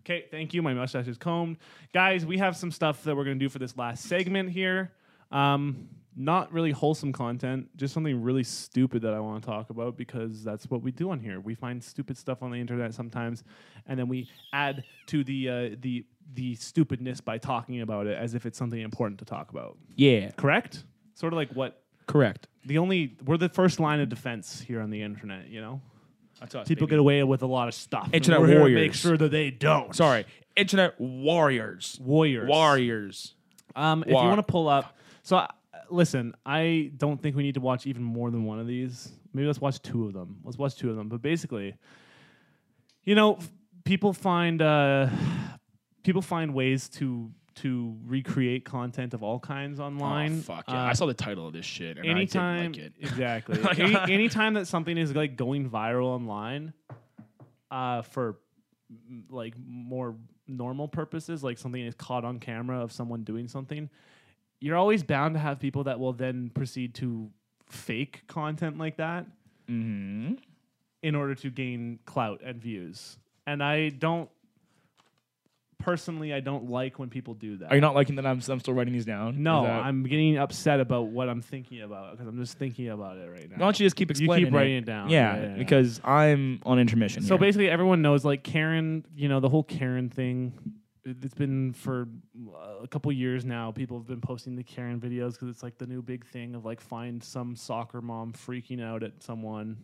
C: Okay, thank you. My mustache is combed. Guys, we have some stuff that we're going to do for this last segment here. Um, not really wholesome content, just something really stupid that I want to talk about because that's what we do on here. We find stupid stuff on the internet sometimes, and then we add to the uh, the the stupidness by talking about it as if it's something important to talk about.
D: Yeah,
C: Correct? Sort of like what
D: correct.
C: the only we're the first line of defense here on the internet. You know,
D: That's us,
C: people
D: baby.
C: get away with a lot of stuff. and
D: Internet
C: we're here to
D: warriors.
C: make sure that they don't.
D: Sorry, internet warriors.
C: warriors.
D: Warriors.
C: Um, if
D: War-
C: you want to pull up, so uh, listen, I don't think we need to watch even more than one of these. Maybe let's watch two of them. Let's watch two of them. But basically, you know, f- people find uh, people find ways to to recreate content of all kinds online.
D: Oh, fuck yeah!
C: Uh,
D: I saw the title of this shit and
C: anytime
D: I didn't like it. (laughs)
C: exactly
D: Like,
C: Any,
D: (laughs)
C: anytime that something is like going viral online uh for m- like more normal purposes like something is caught on camera of someone doing something you're always bound to have people that will then proceed to fake content like that
D: Mm-hmm.
C: in order to gain clout and views and i don't personally i don't like when people do that
D: Are you not liking that I'm, I'm still writing these down?
C: no,
D: Is that-
C: I'm getting upset about what I'm thinking about because I'm just thinking about it right now.
D: Why don't you just keep explaining?
C: writing it down.
D: Yeah,
C: Yeah, yeah, yeah.
D: because I'm on intermission.
C: So
D: here.
C: basically, everyone knows like Karen. You know the whole Karen thing. it- It's been for uh, a couple years now. People have been posting the Karen videos because it's like the new big thing of like find some soccer mom freaking out at someone,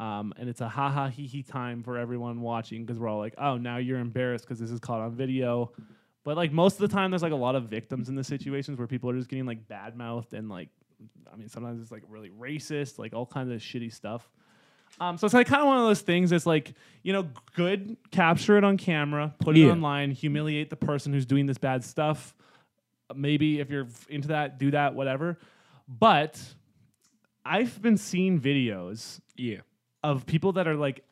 C: um, and it's a ha ha hee hee time for everyone watching because we're all like, oh, now you're embarrassed because this is caught on video. But like most of the time, there's like a lot of victims in the situations where people are just getting like bad mouthed and like, I mean, sometimes it's like really racist, like all kinds of shitty stuff. Um, so it's like kind of one of those things. It's like you know, good capture it on camera, put
D: Yeah.
C: it online, humiliate the person who's doing this bad stuff. Maybe if you're f- into that, do that, whatever. But I've been seeing videos
D: yeah,
C: of people that are like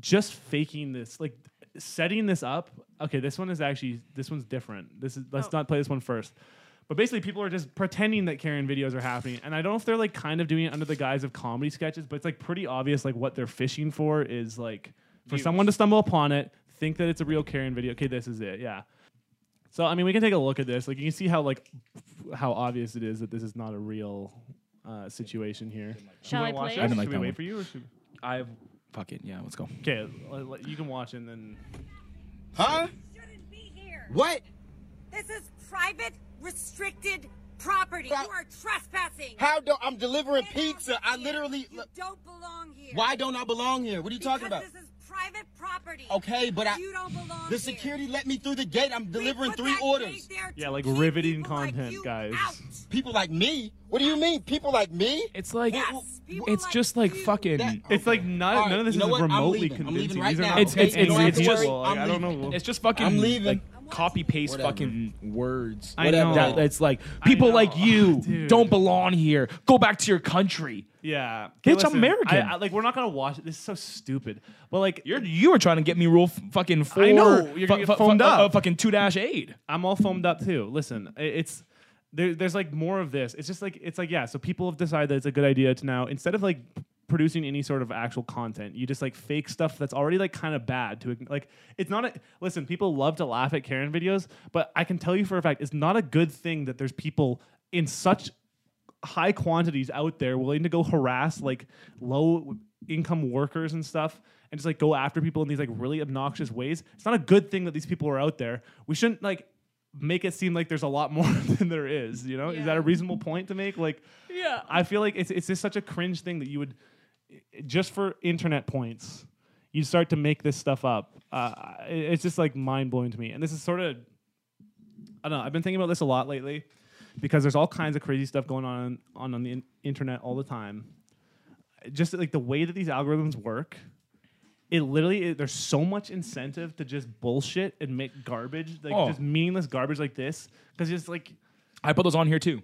C: just faking this, like setting this up. Okay, this one is actually this one's different. This is let's
E: Oh.
C: not play this one first. But basically, people are just pretending that Karen videos are happening, and I don't know if they're like kind of doing it under the guise of comedy sketches, but it's like pretty obvious like what they're fishing for is like for someone to stumble upon it, think that it's a real Karen video. Okay, this is it. Yeah. So I mean, we can take a look at this. Like you can see how like f- how obvious it is that this is not a real uh, situation here.
E: Shall I
C: Wanna watch
E: play
C: it?
E: it?
D: didn't like
C: should
D: that
C: we wait
D: one.
C: for you? Or should
D: I've Fuck it. Yeah, let's go.
C: Okay, you can watch and then.
I: Huh?
J: shouldn't be here.
I: What?
J: This is private, restricted property. You are trespassing.
I: How do I'm delivering
J: Get
I: pizza?
J: out
I: I
J: of here.
I: literally.
J: You don't belong here.
I: Why don't I belong here? What are you
J: Because
I: talking about?
J: This is private property.
I: Okay, but I.
J: You don't belong
I: The
J: here.
I: security let me through the gate. I'm
J: We
I: delivering
J: put
I: three
J: that
I: orders.
J: gate there
C: Yeah,
J: to
C: like
J: keep
C: riveting
J: people like
C: content,
J: you
C: guys.
J: out.
I: People like me? What do you mean? People like me?
D: It's like
J: Yes, people
D: it's
J: like
D: just like
J: you.
D: fucking.
I: That-
C: It's like not,
I: All right,
C: none of this
I: you know
C: is
I: what? I'm
C: remotely
I: leaving. I'm leaving
C: convincing.
I: right
C: These are
I: now.
C: not
D: It's- it's-
C: okay,
D: it's- it's
C: people.
D: just-
C: Like, I
I: I'm
C: don't
I: leaving.
C: know.
D: It's just fucking
I: I'm leaving.
D: like copy paste
I: Whatever.
D: fucking words.
C: I know.
I: Whatever.
D: That, it's like people
C: know.
D: like (laughs) you
C: Dude.
D: don't belong here. Go back to your country.
C: Yeah,
D: Bitch,
C: 'Kay,
D: I'm
C: listen,
D: American.
C: I, I- like we're not gonna watch it. This is so stupid. But like,
D: You're you were trying to get me rule f- fucking four.
C: I know, you're gonna get phoned
D: uh,
C: up.
D: uh, fucking two dash eight.
C: I'm all foamed up too. Listen, i- it's there, there's like more of this. It's just like it's like yeah. So people have decided that it's a good idea to now instead of like producing any sort of actual content, you just like fake stuff that's already like kind of bad. To ign- like it's not a listen. People love to laugh at Karen videos, but I can tell you for a fact it's not a good thing that there's people in such high quantities out there willing to go harass like low income workers and stuff and just like go after people in these like really obnoxious ways it's not a good thing that these people are out there we shouldn't like make it seem like there's a lot more (laughs) than there is you know is that a
E: Yeah.
C: reasonable point to make like yeah i feel like it's, it's just such a cringe thing that you would just for internet points you start to make this stuff up uh, I- it's just like mind-blowing to me and this is sort of I don't know. I've been thinking about this a lot lately because there's all kinds of crazy stuff going on on, on the in- internet all the time. Just like the way that these algorithms work, it literally it- there's so much incentive to just bullshit and make garbage like
D: Oh.
C: just meaningless garbage like this because it's like
D: I put those on here too.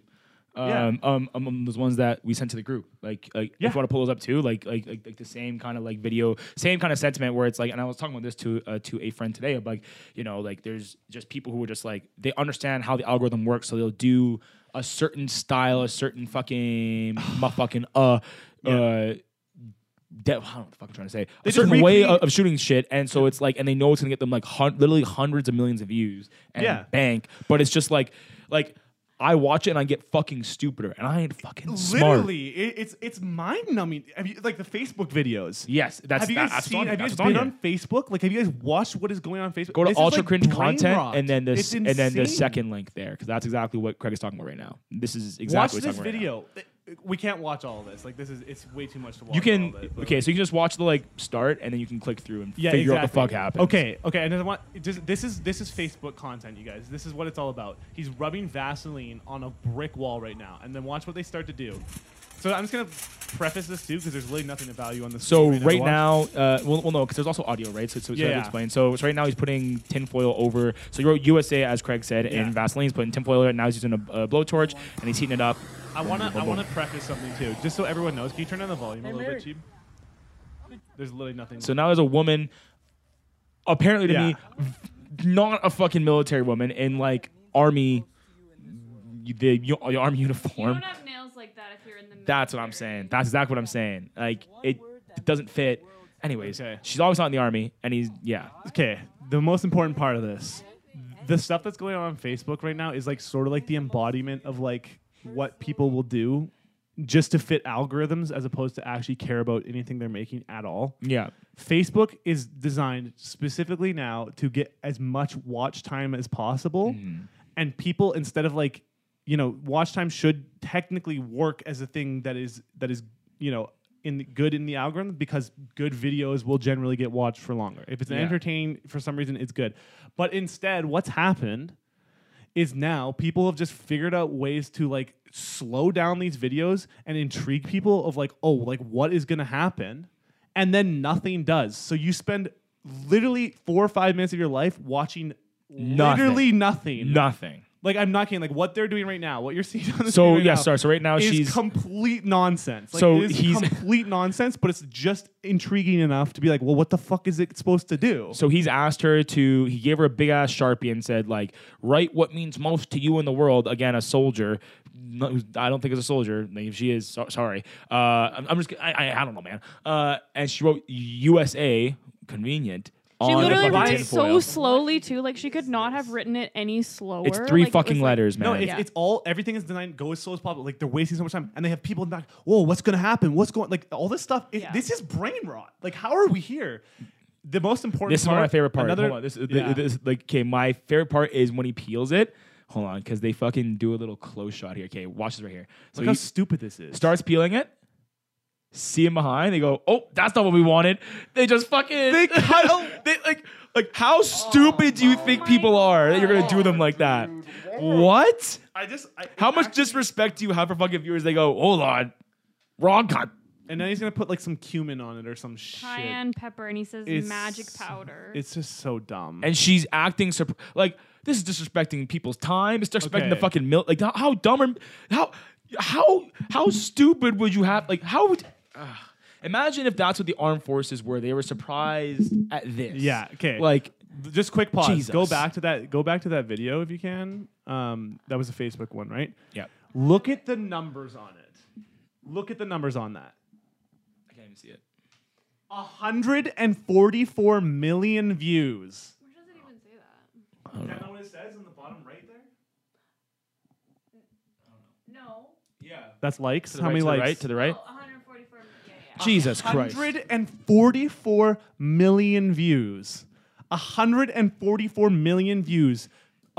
D: Um,
C: Yeah.
D: um, um, um, those ones that we sent to the group, like, like
C: Yeah.
D: if you want to pull those up too, like, like, like, like the same kind of like video, same kind of sentiment where it's like, and I was talking about this to uh, to a friend today of like, you know, like there's just people who are just like they understand how the algorithm works, so they'll do a certain style, a certain fucking
C: (sighs)
D: motherfucking uh uh. De- I don't know what the fuck I'm trying to say. a
C: just
D: certain way
C: recreate-
D: of, of shooting shit, and so it's like, and they know it's gonna get them like hun- literally hundreds of millions of views, and
C: Yeah.
D: bank. But it's just like, like I watch it and I get fucking stupider, and I ain't fucking smart.
C: literally it, it's it's mind numbing. Have you like the Facebook videos?
D: Yes, that's
C: Have you
D: that-
C: guys
D: that's
C: seen?
D: on-
C: have you
D: that's
C: guys
D: on
C: been
D: here.
C: on Facebook? Like, have you guys watched what is going on, on Facebook?
D: Go to
C: This is,
D: ultra
C: like,
D: cringe
C: brain
D: content
C: rot.
D: and then
C: It's
D: this and then the
C: insane.
D: second link there because that's exactly what Craig is talking about right now. This is
C: watch
D: exactly what he's
C: this
D: talking about right now.
C: video. We can't watch all of this. Like this is it's way too much to watch.
D: You can
C: all of it, but-
D: okay, so you can just watch the like start and then you can click through and
C: yeah,
D: figure out
C: exactly.
D: what the fuck happened.
C: Okay, okay, and then I want just, this is this is Facebook content, you guys. This is what it's all about. He's rubbing Vaseline on a brick wall right now, and then watch what they start to do. So I'm just gonna preface this too because there's really nothing of value on this.
D: So
C: screen
D: right
C: Watch-
D: now, uh, well, well no, because there's also audio, right? So, so, so I
C: Yeah,
D: have to
C: yeah.
D: explain. So, so right now he's putting tinfoil over. So you wrote USA as Craig said,
C: Yeah.
D: and Vaseline's putting tinfoil. Right now he's using a, a blowtorch and he's heating it up.
C: I wanna I wanna preface something too, just so everyone knows. Can you turn down the volume a little bit, cheap? There's literally nothing.
D: So now there's a woman, apparently to
C: Yeah.
D: me, not a fucking military woman in like army, the your, your army
E: You
D: uniform.
E: don't have nails like that if you're in the.
D: That's what I'm
E: military.
D: saying. That's exactly what I'm saying. Like it doesn't fit. Anyways,
C: Okay.
D: she's always not in the army, and he's yeah.
C: Okay, the most important part of this, the stuff that's going on on Facebook right now is like sort of like the embodiment of like what people will do just to fit algorithms as opposed to actually care about anything they're making at all.
D: Yeah.
C: Facebook is designed specifically now to get as much watch time as possible. And people instead of like, you know, watch time should technically work as a thing that is that is, you know, in the, good in the algorithm because good videos will generally get watched for longer. If it's
D: Yeah.
C: entertaining for some reason it's good. But instead what's happened is now people have just figured out ways to like slow down these videos and intrigue people of like oh like what is going to happen and then nothing does so you spend literally 4 or 5 minutes of your life watching
D: Nothing.
C: literally nothing
D: Nothing.
C: like i'm not kidding like what they're doing right now what you're seeing (laughs) on the
D: So,
C: screen right
D: yeah,
C: now
D: sorry. So right now
C: is
D: she's-
C: complete nonsense like,
D: So
C: it is
D: he's-
C: complete nonsense but it's just intriguing enough to be like well what the fuck is it supposed to do
D: So he's asked her to. He gave her a big ass sharpie and said, like, write what means most to you in the world. Again, a soldier. No, I don't think it's a soldier. Like, if she is, so, sorry. Uh, I'm, I'm just. I, I, I don't know, man. Uh, and she wrote USA. Convenient.
E: She
D: On the
E: literally
D: fucking
E: wrote it
D: tinfoil.
E: so slowly too. Like she could not have written it any slower.
D: It's three
E: Like, it was,
D: fucking
E: like-
D: letters, man.
C: No, it's,
E: Yeah.
C: it's all everything is designed. Go as slow as possible. Like they're wasting so much time, and they have people not. Whoa, what's gonna happen? What's going? Like all this stuff. It,
E: Yeah.
C: This is brain rot. Like how are we here? The most important.
D: This is one of
C: part-
D: my favorite parts.
C: Another,
D: hold on. This, is
C: yeah.
D: this, like, okay, my favorite part is when he peels it. Hold on, because they fucking do a little close shot here. Okay, watch this right here. So
C: Look
D: he
C: how stupid this is.
D: starts peeling it. See him behind. They go, oh, that's not what we wanted. They just fucking. (laughs) They cut. they like, like how stupid do you think people are that you're gonna do them like that? What?
C: I just. I,
D: How much disrespect do you have for fucking viewers? They go, hold on, wrong cut.
C: And then he's gonna put like some cumin on it or some shit.
E: (laughs) Cayenne pepper, and he says
C: It's-
E: magic powder.
C: It's just so dumb.
D: and she's acting surp- like this is disrespecting people's time. It's disrespecting the
C: Okay.
D: fucking milk. Like how, how dumb are how how how stupid would you have? Like how would Ugh. imagine if that's what the armed forces were? They were surprised at this.
C: Yeah, okay.
D: Like
C: just quick pause. Go
D: Jesus.
C: back to that. Go back to that video if you can. Um, that was a Facebook one, right?
D: yeah.
C: Look at the numbers on it. Look at the numbers on that.
D: I can't even see it.
C: 144 million views.
E: Where does it even say that?
C: Is that not what it says in the bottom right there?
E: No.
D: Yeah.
C: That's likes.
D: To the
C: How
D: right,
C: many
D: to
C: likes?
D: The right, to the
E: Oh,
D: right.
E: 144. Yeah, yeah.
D: Jesus Christ.
C: 144 million views. 144 million views.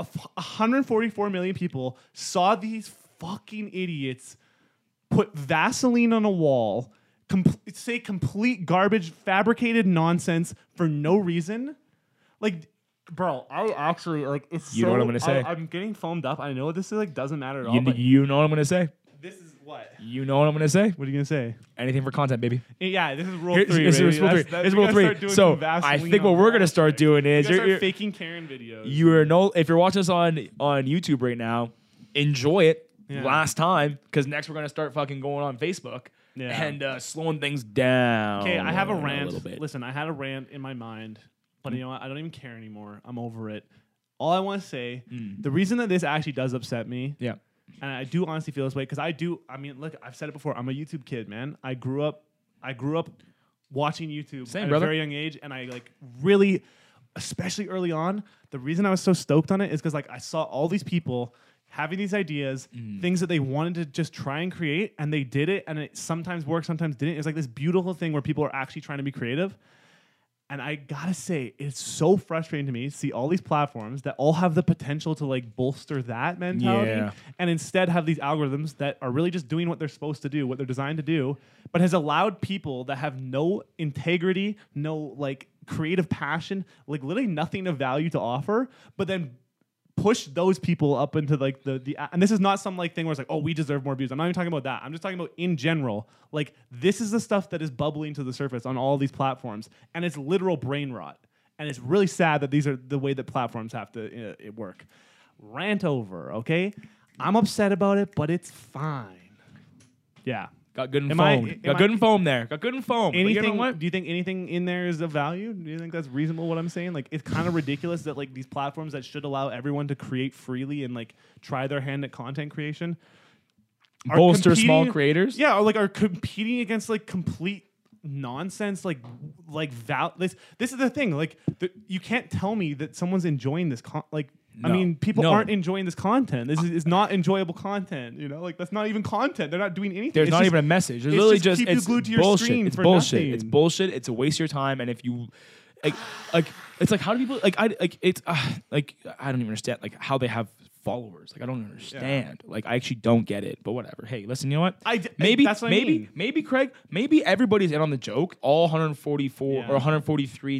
C: A f- 144 million people saw these fucking idiots put Vaseline on a wall, com- say complete garbage, fabricated nonsense for no reason. Like, bro, I actually like. It's
D: You know
C: so-
D: what I'm gonna say.
C: I, am getting foamed up. I know this is like doesn't matter at all.
D: You,
C: but
D: you know what I'm gonna say.
C: this is what.
D: You know what I'm gonna say.
C: What are you gonna say?
D: Anything for content, baby.
C: Yeah, this is rule
D: Here-
C: three.
D: this
C: baby.
D: is rule
C: That's-
D: three.
C: that-
D: This is
C: we
D: rule
C: gotta
D: three.
C: start doing
D: So,
C: some
D: I
C: Vaseline
D: think what
C: on
D: we're gonna
C: blocks,
D: start
C: right?
D: doing
C: You
D: is
C: gotta
D: you're-
C: start
D: you're-
C: faking Karen videos.
D: you are no if you're watching us on on YouTube right now, enjoy it
C: Yeah.
D: last time because next we're gonna start fucking going on Facebook
C: Yeah.
D: and uh, slowing things down.
C: okay, I have a rant.
D: little bit.
C: Listen, I had a rant in my mind, but you know what? I don't even care anymore. I'm over it. All I want to say,
D: Mm.
C: the reason that this actually does upset me,
D: Yeah,
C: and I do honestly feel this way because I do. I mean, look, I've said it before. I'm a YouTube kid, man. I grew up, I grew up watching YouTube
D: Same,
C: at
D: brother.
C: a very young age, and I like really, especially early on. The reason I was so stoked on it is because like I saw all these people having these ideas,
D: Mm.
C: things that they wanted to just try and create, and they did it, and it sometimes worked, sometimes didn't. It's like this beautiful thing where people are actually trying to be creative. And I gotta say, it's so frustrating to me to see all these platforms that all have the potential to like bolster that mentality
D: Yeah.
C: and instead have these algorithms that are really just doing what they're supposed to do, what they're designed to do, but has allowed people that have no integrity, no like creative passion, like literally nothing of value to offer, but then push those people up into like the the and this is not some like thing where it's like oh we deserve more views i'm not even talking about that i'm just talking about in general like this is the stuff that is bubbling to the surface on all these platforms and it's literal brain rot and it's really sad that these are the way that platforms have to uh, it work rant over okay i'm upset about it but it's fine yeah
D: got good and
C: Am I-
D: foamed.
C: am
D: got
C: I-
D: good and foamed there. Got good and foamed. But
C: anything
D: You know what?
C: do you think anything in there is of value do you think that's reasonable what i'm saying like it's kind of ridiculous that like these platforms that should allow everyone to create freely and like try their hand at content creation are
D: Bolster
C: competing-
D: small creators.
C: yeah or, like are competing against like complete nonsense like like val this this is the thing like the, you can't tell me that someone's enjoying this con- like I
D: No.
C: mean, people
D: No.
C: aren't enjoying this content. This is, is not enjoyable content. You know, like that's not even content. They're not doing anything.
D: There's
C: It's
D: not
C: just-
D: even a message. There's
C: it's
D: literally
C: just
D: just,
C: keep you
D: it's
C: glued to your
D: bullshit.
C: screen
D: it's
C: for
D: bullshit.
C: nothing.
D: It's bullshit. It's a waste of your time. And if you like, (sighs) like it's like how do people like I like it's uh, like I don't even understand like how they have followers. Like I don't understand. Like I actually don't get it. But whatever. Hey, listen. You know what?
C: I d-
D: (laughs) maybe
C: that's what I
D: maybe
C: mean.
D: maybe Craig. Maybe everybody's in on the joke. All 144
C: Yeah.
D: or 143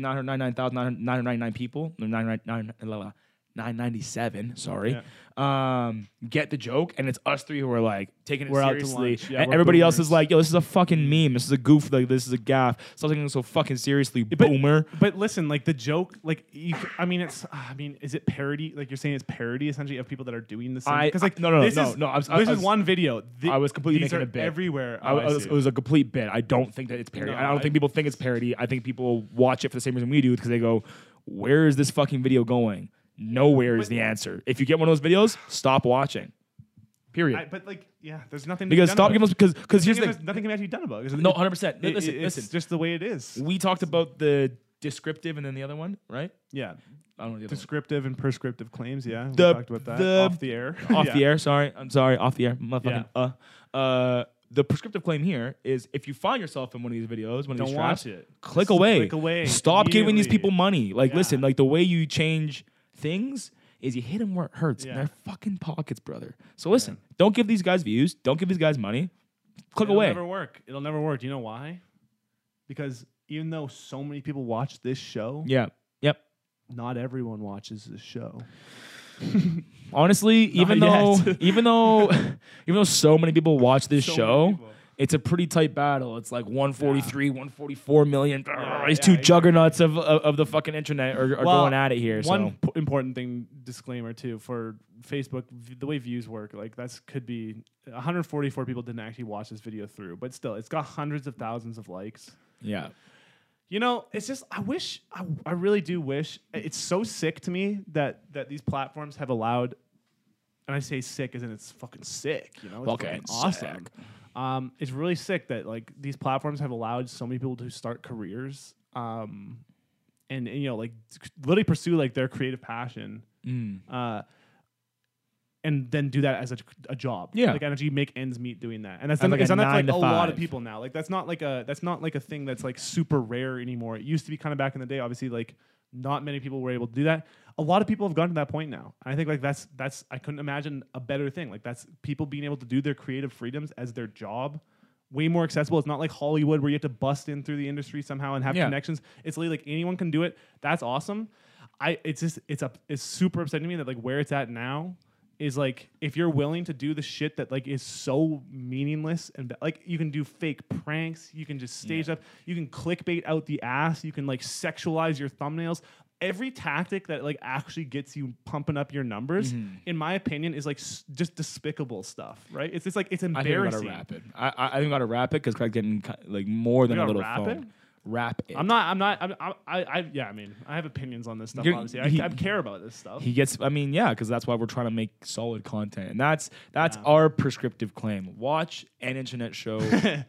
D: 999,999 people. No, 999 997, sorry, um, get the joke, and it's us three who are like taking it
C: We're out to
D: seriously.
C: lunch. Yeah,
D: and
C: we're
D: everybody else
C: boomers.
D: is like, yo, this is a fucking meme. This is a goof. Like, this is a gaff. Stop taking it so fucking seriously, boomer.
C: But listen, like the joke, like you, c- I mean, it's ah, I mean, is it parody? Like you're saying, it's parody essentially of people that are doing the same.
D: I-
C: Because like
D: no, no, no,
C: this
D: no,
C: is,
D: no, I was-
C: this
D: I
C: is
D: was-
C: one video. Thi-
D: I was completely
C: these
D: making
C: are
D: a bit.
C: everywhere.
D: I,
C: Oh,
D: I was-
C: see.
D: it was a complete bit. I don't think that it's parody.
C: No,
D: I don't
C: I-
D: think people think it's parody. I think people watch it for the same reason we do because they go, where is this fucking video going? Nowhere is the answer. If you get one of those videos, stop watching. Period.
C: I- but like, yeah, there's nothing. to be
D: because
C: done
D: stop
C: about
D: giving us
C: it.
D: because because here's the
C: Nothing
D: thing.
C: can- nothing can actually be done about it. 'cause it-
D: No, 100%.
C: it-
D: Listen,
C: it's
D: listen.
C: just the way it is.
D: we talked about the descriptive and then the other one, right?
C: Yeah.
D: I don't know the other
C: Descriptive and prescriptive claims. Yeah.
D: The-
C: we talked about that.
D: the-
C: off the air. (laughs)
D: one. (laughs) Off the
C: Yeah.
D: air, sorry. I'm sorry, off the air. Motherfucking
C: Yeah.
D: uh. Uh the prescriptive claim here is if you find yourself in one of these videos, one of
C: Don't
D: these
C: watch
D: traps,
C: it.
D: click
C: Just
D: away.
C: click away
D: Stop giving these
C: immediately.
D: people money. Like,
C: Yeah.
D: listen, like the way you change things is you hit them where it hurts in
C: Yeah.
D: their fucking pockets, brother. So listen, don't give these guys views. Don't give these guys money. Click
C: It'll
D: away.
C: never work. It'll never work. Do you know why? Because even though so many people watch this show,
D: Yeah. Yep.
C: not everyone watches this show.
D: Honestly, even though
C: (laughs) yet.
D: even though (laughs) even though so many people watch this
C: So many
D: show,
C: people.
D: it's a pretty tight battle. It's like 143, 144 million.
C: Yeah,
D: These
C: yeah,
D: two
C: yeah.
D: juggernauts of, of of the fucking internet are, are
C: Well,
D: going at it here.
C: One
D: so
C: p- important thing, disclaimer too, for Facebook, v- the way views work, like that's could be 144 people didn't actually watch this video through, but still, it's got hundreds of thousands of likes.
D: yeah,
C: You know, it's just I wish I, I really do wish it's so sick to me that that these platforms have allowed, and I say sick as in it's fucking sick. You know, it's
D: Fucking
C: fucking awesome. Um, it's really sick that like these platforms have allowed so many people to start careers, um, and, and you know like literally pursue like their creative passion,
D: Mm.
C: uh, and then do that as a, a job.
D: Yeah.
C: like energy make ends meet doing that, and that's
D: And,
C: something
D: like, a
C: it's something that's
D: nine
C: like
D: to
C: a lot of
D: five.
C: people people now. Like that's not like a that's not like a thing that's like super rare anymore. It used to be kind of back in the day. Obviously, like not many people were able to do that. A lot of people have gotten to that point now. And I think like that's that's I couldn't imagine a better thing. Like that's people being able to do their creative freedoms as their job. Way more accessible. It's not like Hollywood where you have to bust in through the industry somehow and have
D: Yeah.
C: connections. It's literally like anyone can do it. That's awesome. I it's just it's up it's super upsetting to me that like where it's at now is like if you're willing to do the shit that like is so meaningless and like you can do fake pranks, you can just stage up, you can clickbait out the ass, you can like sexualize your thumbnails. Every tactic that like actually gets you pumping up your numbers, in my opinion, is like s- just despicable stuff, right? It's just like it's
D: I think we gotta
C: embarrassing.
D: wrap it. I I, I think we gotta wrap it because Craig's getting ki- like more than a
C: gotta
D: little
C: wrap
D: phone.
C: it?
D: Wrap it.
C: I'm not. I'm not. I'm, I, I. I. Yeah. I mean, I have opinions on this stuff.
D: You're-
C: obviously, I,
D: he-
C: I care about this stuff.
D: He gets. I mean, yeah, because that's why we're trying to make solid content, and that's that's our prescriptive claim. Watch an internet
C: (laughs)
D: show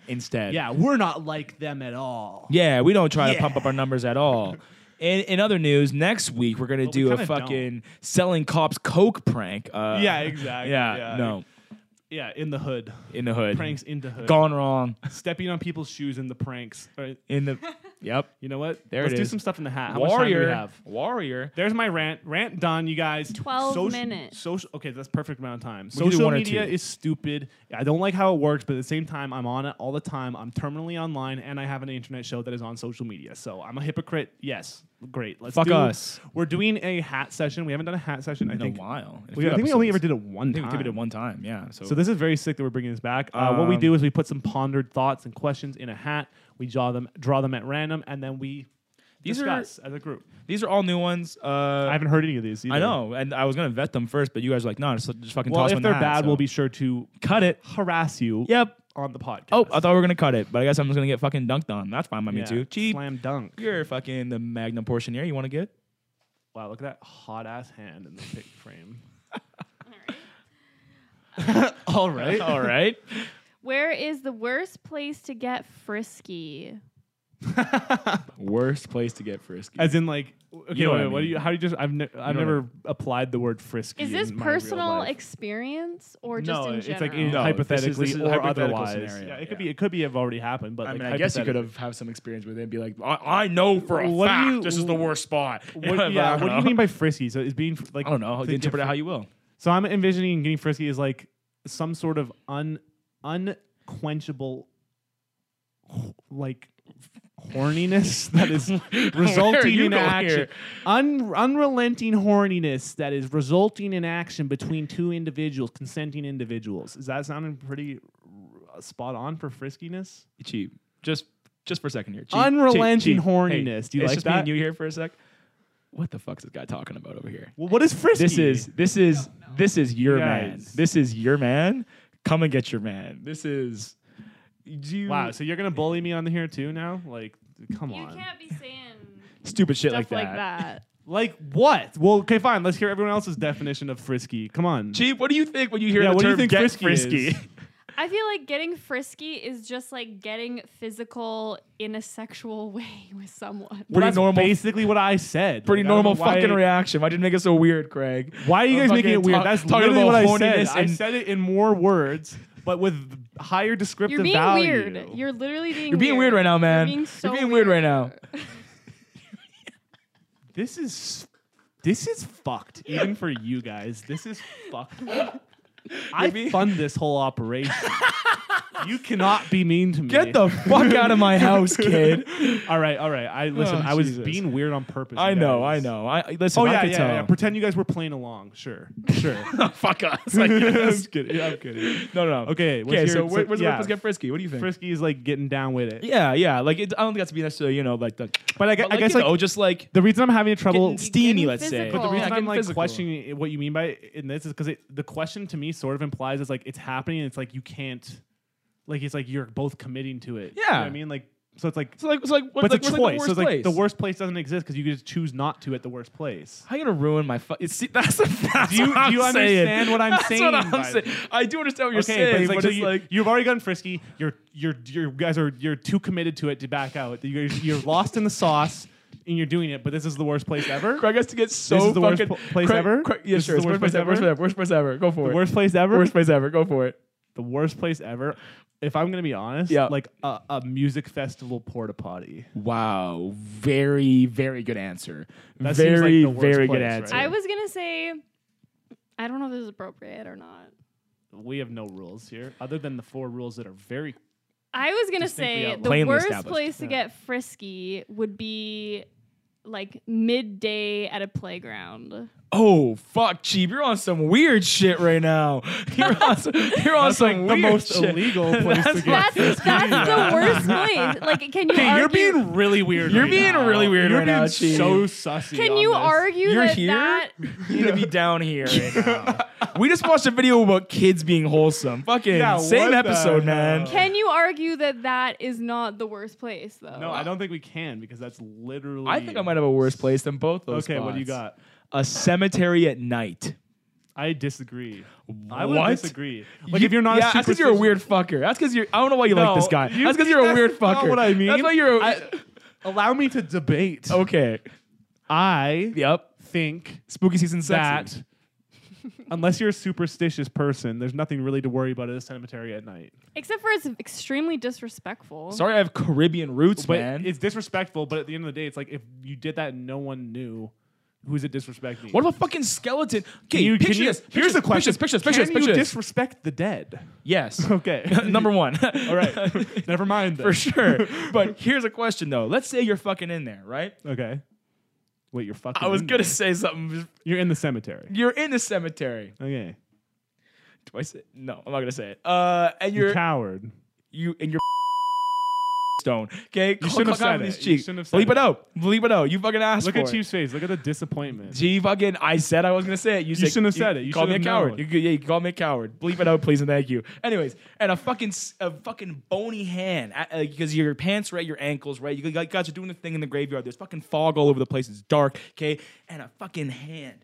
D: instead.
C: yeah, we're not like them at all.
D: Yeah, we don't try to pump up our numbers at all. In, in other news, next week we're gonna do a
C: kinda
D: fucking selling cops coke prank. Uh,
C: Yeah, exactly,
D: Yeah,
C: yeah.
D: no,
C: Yeah, in the hood,
D: in the hood,
C: pranks into hood,
D: gone wrong.
C: stepping on people's shoes in the pranks. All right,
D: In the yep,
C: You know what?
D: There
C: Let's
D: it
C: do
D: is.
C: some stuff in the hat. How much time do we
D: warrior,
C: have?
D: warrior.
C: There's my rant. Rant done, you guys.
E: 12
C: Soci-
E: minutes.
C: Social. Okay, that's perfect amount of time.
D: can do
C: social
D: one or
C: media
D: two.
C: is stupid. I don't like how it works, but at the same time, I'm on it all the time. I'm terminally online, and I have an internet show that is on social media. So I'm a hypocrite. Yes, great. Let's
D: Fuck
C: do-
D: us.
C: We're doing a hat session. We haven't done a hat session. I
D: In a
C: think.
D: while, In a
C: We,
D: few
C: I think we only ever
D: episodes.
C: did it one
D: I think
C: time.
D: we did it one Um, time. Yeah. So,
C: So this is very sick that we're bringing this back. Uh, what we do is we put some pondered thoughts and questions in a hat. We draw them, draw them at random, and then we
D: These are-
C: discuss as a group.
D: these are all new ones. Uh,
C: I haven't heard any of these. Either.
D: I know, and I was gonna vet them first, but you guys are like, no, just, just fucking
C: Well,
D: toss them
C: if
D: in
C: they're
D: the hat,
C: bad,
D: so.
C: we'll be sure to
D: cut it.
C: harass you.
D: Yep.
C: On the podcast.
D: Oh, I thought we were gonna cut it, but I guess I'm just gonna get fucking dunked on. That's fine by me
C: Yeah.
D: too. Cheap.
C: Slam dunk.
D: You're fucking the magnum portioneer. You want to get?
C: Wow, look at that hot ass hand in the pic
D: (laughs)
C: frame.
D: (laughs) All right. (laughs) all right.
E: Where is the worst place to get frisky?
D: Worst place to get frisky.
C: As in, like, okay,
D: You know
C: wait,
D: what I
C: wait, what do
D: mean.
C: you? How do you just? I've, ne- I've
D: know what I
C: never applied the word frisky.
E: Is this
C: in my real
E: personal
C: life.
E: experience or just
C: no,
E: in
C: it's
E: general?
C: like in-
D: No,
C: hypothetically
D: this is- this is a
C: or
D: hypothetical
C: otherwise.
D: scenario,
C: Yeah, it could
D: yeah.
C: be. It could be. Have already happened, but
D: I
C: like,
D: mean, I guess you could
C: hypothetically.
D: have have some experience with it and be like, I, I know for a
C: What do
D: fact
C: you-
D: this is the worst spot. (laughs)
C: What, yeah, what do you mean by frisky? So is being fr- like
D: I don't know.
C: to get
D: Interpret it
C: fr-
D: how you will.
C: So I'm envisioning getting frisky is like some sort of un unquenchable like horniness (laughs) that is
D: Where are
C: resulting
D: you
C: in
D: going
C: action
D: here?
C: Un- unrelenting horniness that is resulting in action between two individuals consenting individuals is that sounding pretty uh, spot on for friskiness
D: Cheap. Just just for a second here. Cheap,
C: Unrelenting
D: cheap, cheap.
C: horniness. Do you
D: it's
C: like
D: just me and
C: that?
D: you here for a sec. What the fuck's this guy talking about over here?
C: well what is frisky
D: This is this is this is your man.
C: Guys.
D: This is your man. Come and get your man. This is. Do you,
C: wow so you're gonna bully me on here too now like come
E: you
C: on
E: can't be saying
D: stupid shit like
E: stuff like
D: that.
E: (laughs) that.
C: Like what? Well, okay, fine. Let's hear everyone else's definition of frisky. Come on.
D: Chief, what do you think when you hear
C: Yeah,
D: the
C: what do you
D: term
C: think
D: get
C: frisky
D: frisky?
C: is?
E: I feel like getting frisky is just like getting physical in a sexual (laughs) way with someone.
C: Well,
D: Pretty
C: that's
D: normal-
C: Basically, what I said.
D: Pretty
C: Like, I don't
D: normal
C: know why-
D: fucking reaction. Why'd you make it so weird, Craig?
C: (laughs) Why are you
D: I'm
C: guys making it
D: fucking
C: weird?
D: talk-
C: That's
D: talking
C: literally what
D: about
C: I said.
D: horniness
C: I
D: and-
C: said it in more words, but with higher descriptive
E: You're being
C: value.
E: weird. You're literally being.
D: You're being weird right now, man.
E: You're being, so
D: being weird right now.
C: This is this is fucked. Even for you guys, this is
E: (laughs)
C: (laughs) fucked. I fund this whole (laughs) operation. you cannot be mean to me.
D: Get the (laughs) fuck out of my house, kid.
C: All right, all right. I listen.
D: Oh,
C: I was
D: Jesus.
C: being weird on purpose.
D: I
C: you
D: know, I
C: guys.
D: know. I listen.
C: Oh
D: I
C: yeah,
D: could
C: yeah,
D: tell.
C: yeah. Pretend you guys were playing along. Sure,
D: (laughs)
C: sure.
D: fuck
C: (laughs)
D: us. Like,
C: Like, I'm
D: yes.
C: just kidding. Yeah, I'm kidding.
D: no, no, no.
C: Okay, what's
D: Okay.
C: your-
D: So, where, where's
C: yeah.
D: let's get frisky. What do you think?
C: Frisky is like getting down with it.
D: Yeah, yeah. Like it, I don't think that's be necessarily you know like the.
C: But I, gu- I
D: like,
C: guess
D: you
C: like
D: know, just like
C: the reason I'm having trouble
D: getting steamy,
E: getting
D: let's say.
E: physical.
C: But the
E: Yeah,
C: reason I'm
D: getting
C: like
D: physical.
C: questioning it- what you mean by it in this is because the question to me sort of implies is like it's happening. And it's like you can't, like it's like you're both committing to it. You know what
D: Yeah.
C: I mean, like so it's like,
D: It's like it's like what,
C: but
D: like,
C: it's a
D: what's, like, the
C: choice. so
D: worst
C: it's like the
D: place?
C: worst place doesn't exist because you could just choose not to at the worst place.
D: How you gonna ruin my fu- it's- See, (laughs) that's the that's
C: Do you-
D: what
C: do
D: I'm
C: you
D: saying.
C: understand what I'm
D: that's
C: saying
D: What I'm
C: by
D: saying.
C: that?
D: I do understand what you're saying,
C: Okay, but it's like, so
D: it's
C: you,
D: like
C: you've already gone frisky. You're you're you guys are you're too committed to it to back out. You guys, you're lost in the sauce and you're doing it. But this is the worst place ever.
D: Craig has to get so
C: is the worst
D: fucking
C: pl- place
D: Craig-
C: ever?
D: Craig, yeah,
C: This
D: sure. It's
C: is the
D: worst place ever. Worst place ever. Worst place ever. Go for
C: the
D: it.
C: worst place ever.
D: Worst place ever. Go for it.
C: the worst place ever. If I'm gonna be honest,
D: Yeah.
C: like a, a music festival porta potty.
D: Wow. Very very good answer.
C: That seems like
D: very
C: the worst
D: very
C: place,
D: good
C: right?
D: answer.
E: I was gonna say, I don't know if this is appropriate or not.
C: We have no rules here, other than the four rules that are very.
E: I was gonna
C: Distinctly
E: say
C: outlawed.
E: the
D: Plainly
E: worst
D: established.
E: place to get frisky would be like midday at a playground.
D: oh fuck, cheap. You're on some weird shit right now. (laughs) You're on some, you're on
C: like
D: some
C: the
D: weird
C: most
D: shit. (laughs)
C: illegal place to
D: That's
C: get.
E: That's that's
D: (laughs)
E: the worst place. Like, can you?
C: Okay,
E: argue,
C: you're being really weird.
D: You're
C: right
D: being
C: now.
D: really weird
C: You're
D: right
C: being
D: now, Chief.
C: so sussy.
E: Can
C: on
E: you
C: this.
E: argue
D: You're
E: that
D: here?
E: that?
D: You need to
C: (laughs)
D: be down here right now. we just watched a video about kids being wholesome. Fucking
C: Yeah, what
D: same
C: the
D: episode,
C: hell?
D: man.
E: Can you argue that that is not the worst place though?
C: No, I don't think we can because that's literally.
D: I think I might have a worse place than both those.
C: Okay, what do you
D: spots.
C: got?
D: A cemetery at night.
C: I disagree. I would
D: What?
C: disagree. Like
D: You-
C: if you're not,
D: yeah,
C: a
D: that's because you're a
C: superstitious-
D: weird fucker. That's because you're. I don't know why you like this
C: No,
D: guy.
C: you-
D: that's because you're a weird
C: not
D: fucker.
C: what I mean.
D: That's why you're. A,
C: I- allow me to
D: (laughs)
C: debate.
D: okay.
C: I
D: Yep.
C: think
D: Spooky season sexy.
C: that unless you're a superstitious person, there's nothing really to worry about at a cemetery at night.
E: Except for it's extremely disrespectful.
D: Sorry, I have Caribbean roots,
C: But
D: man.
C: it's disrespectful. But at the end of the day, it's like if you did that and no one knew, who's it disrespecting?
D: what if a fucking skeleton? Okay,
C: Can you,
D: picture
C: can you,
D: this.
C: here's the
D: picture
C: question:
D: this, Picture this. Picture this.
C: Can
D: Picture
C: you
D: this.
C: disrespect the dead? (laughs)
D: Yes.
C: Okay.
D: (laughs)
C: (laughs)
D: Number one. (laughs)
C: All right. (laughs) Never mind. Then.
D: For sure. But here's a question though. Let's say you're fucking in there, right?
C: (laughs) Okay. Wait, you're fucking.
D: I was
C: in
D: gonna
C: there.
D: say something.
C: You're in
D: (laughs)
C: the cemetery.
D: You're in the cemetery.
C: Okay.
D: Do I say no? I'm not gonna say it. Uh, and
C: You're
D: you're
C: a coward.
D: you and you're (laughs) stone. Okay,
C: You shouldn't have said
D: His
C: it. You
D: cheek.
C: shouldn't have said
D: Leap it
C: it.
D: out. Leap it out. You fucking asked
C: Look
D: for
C: at
D: it.
C: Chief's face. Look at the disappointment.
D: Gee, fucking, I said I was gonna say it. You, said,
C: shouldn't have said it. You
D: called me a
C: should have
D: coward.
C: known.
D: You, could- yeah, you called me a coward. Bleep it out, please, and thank you. Anyways, and a fucking, s- a fucking bony hand because your pants are at your ankles, right? You guys are doing the thing in the graveyard. There's fucking fog all over the place. It's dark, okay? And a fucking hand,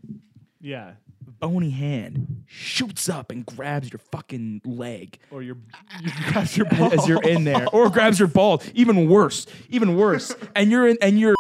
C: yeah.
D: bony hand, shoots up and grabs your fucking leg
C: Or
D: (laughs)
C: your you grabs your ball.
D: as you're in there, or grabs your ball. Even worse, even worse. and you're in, and you're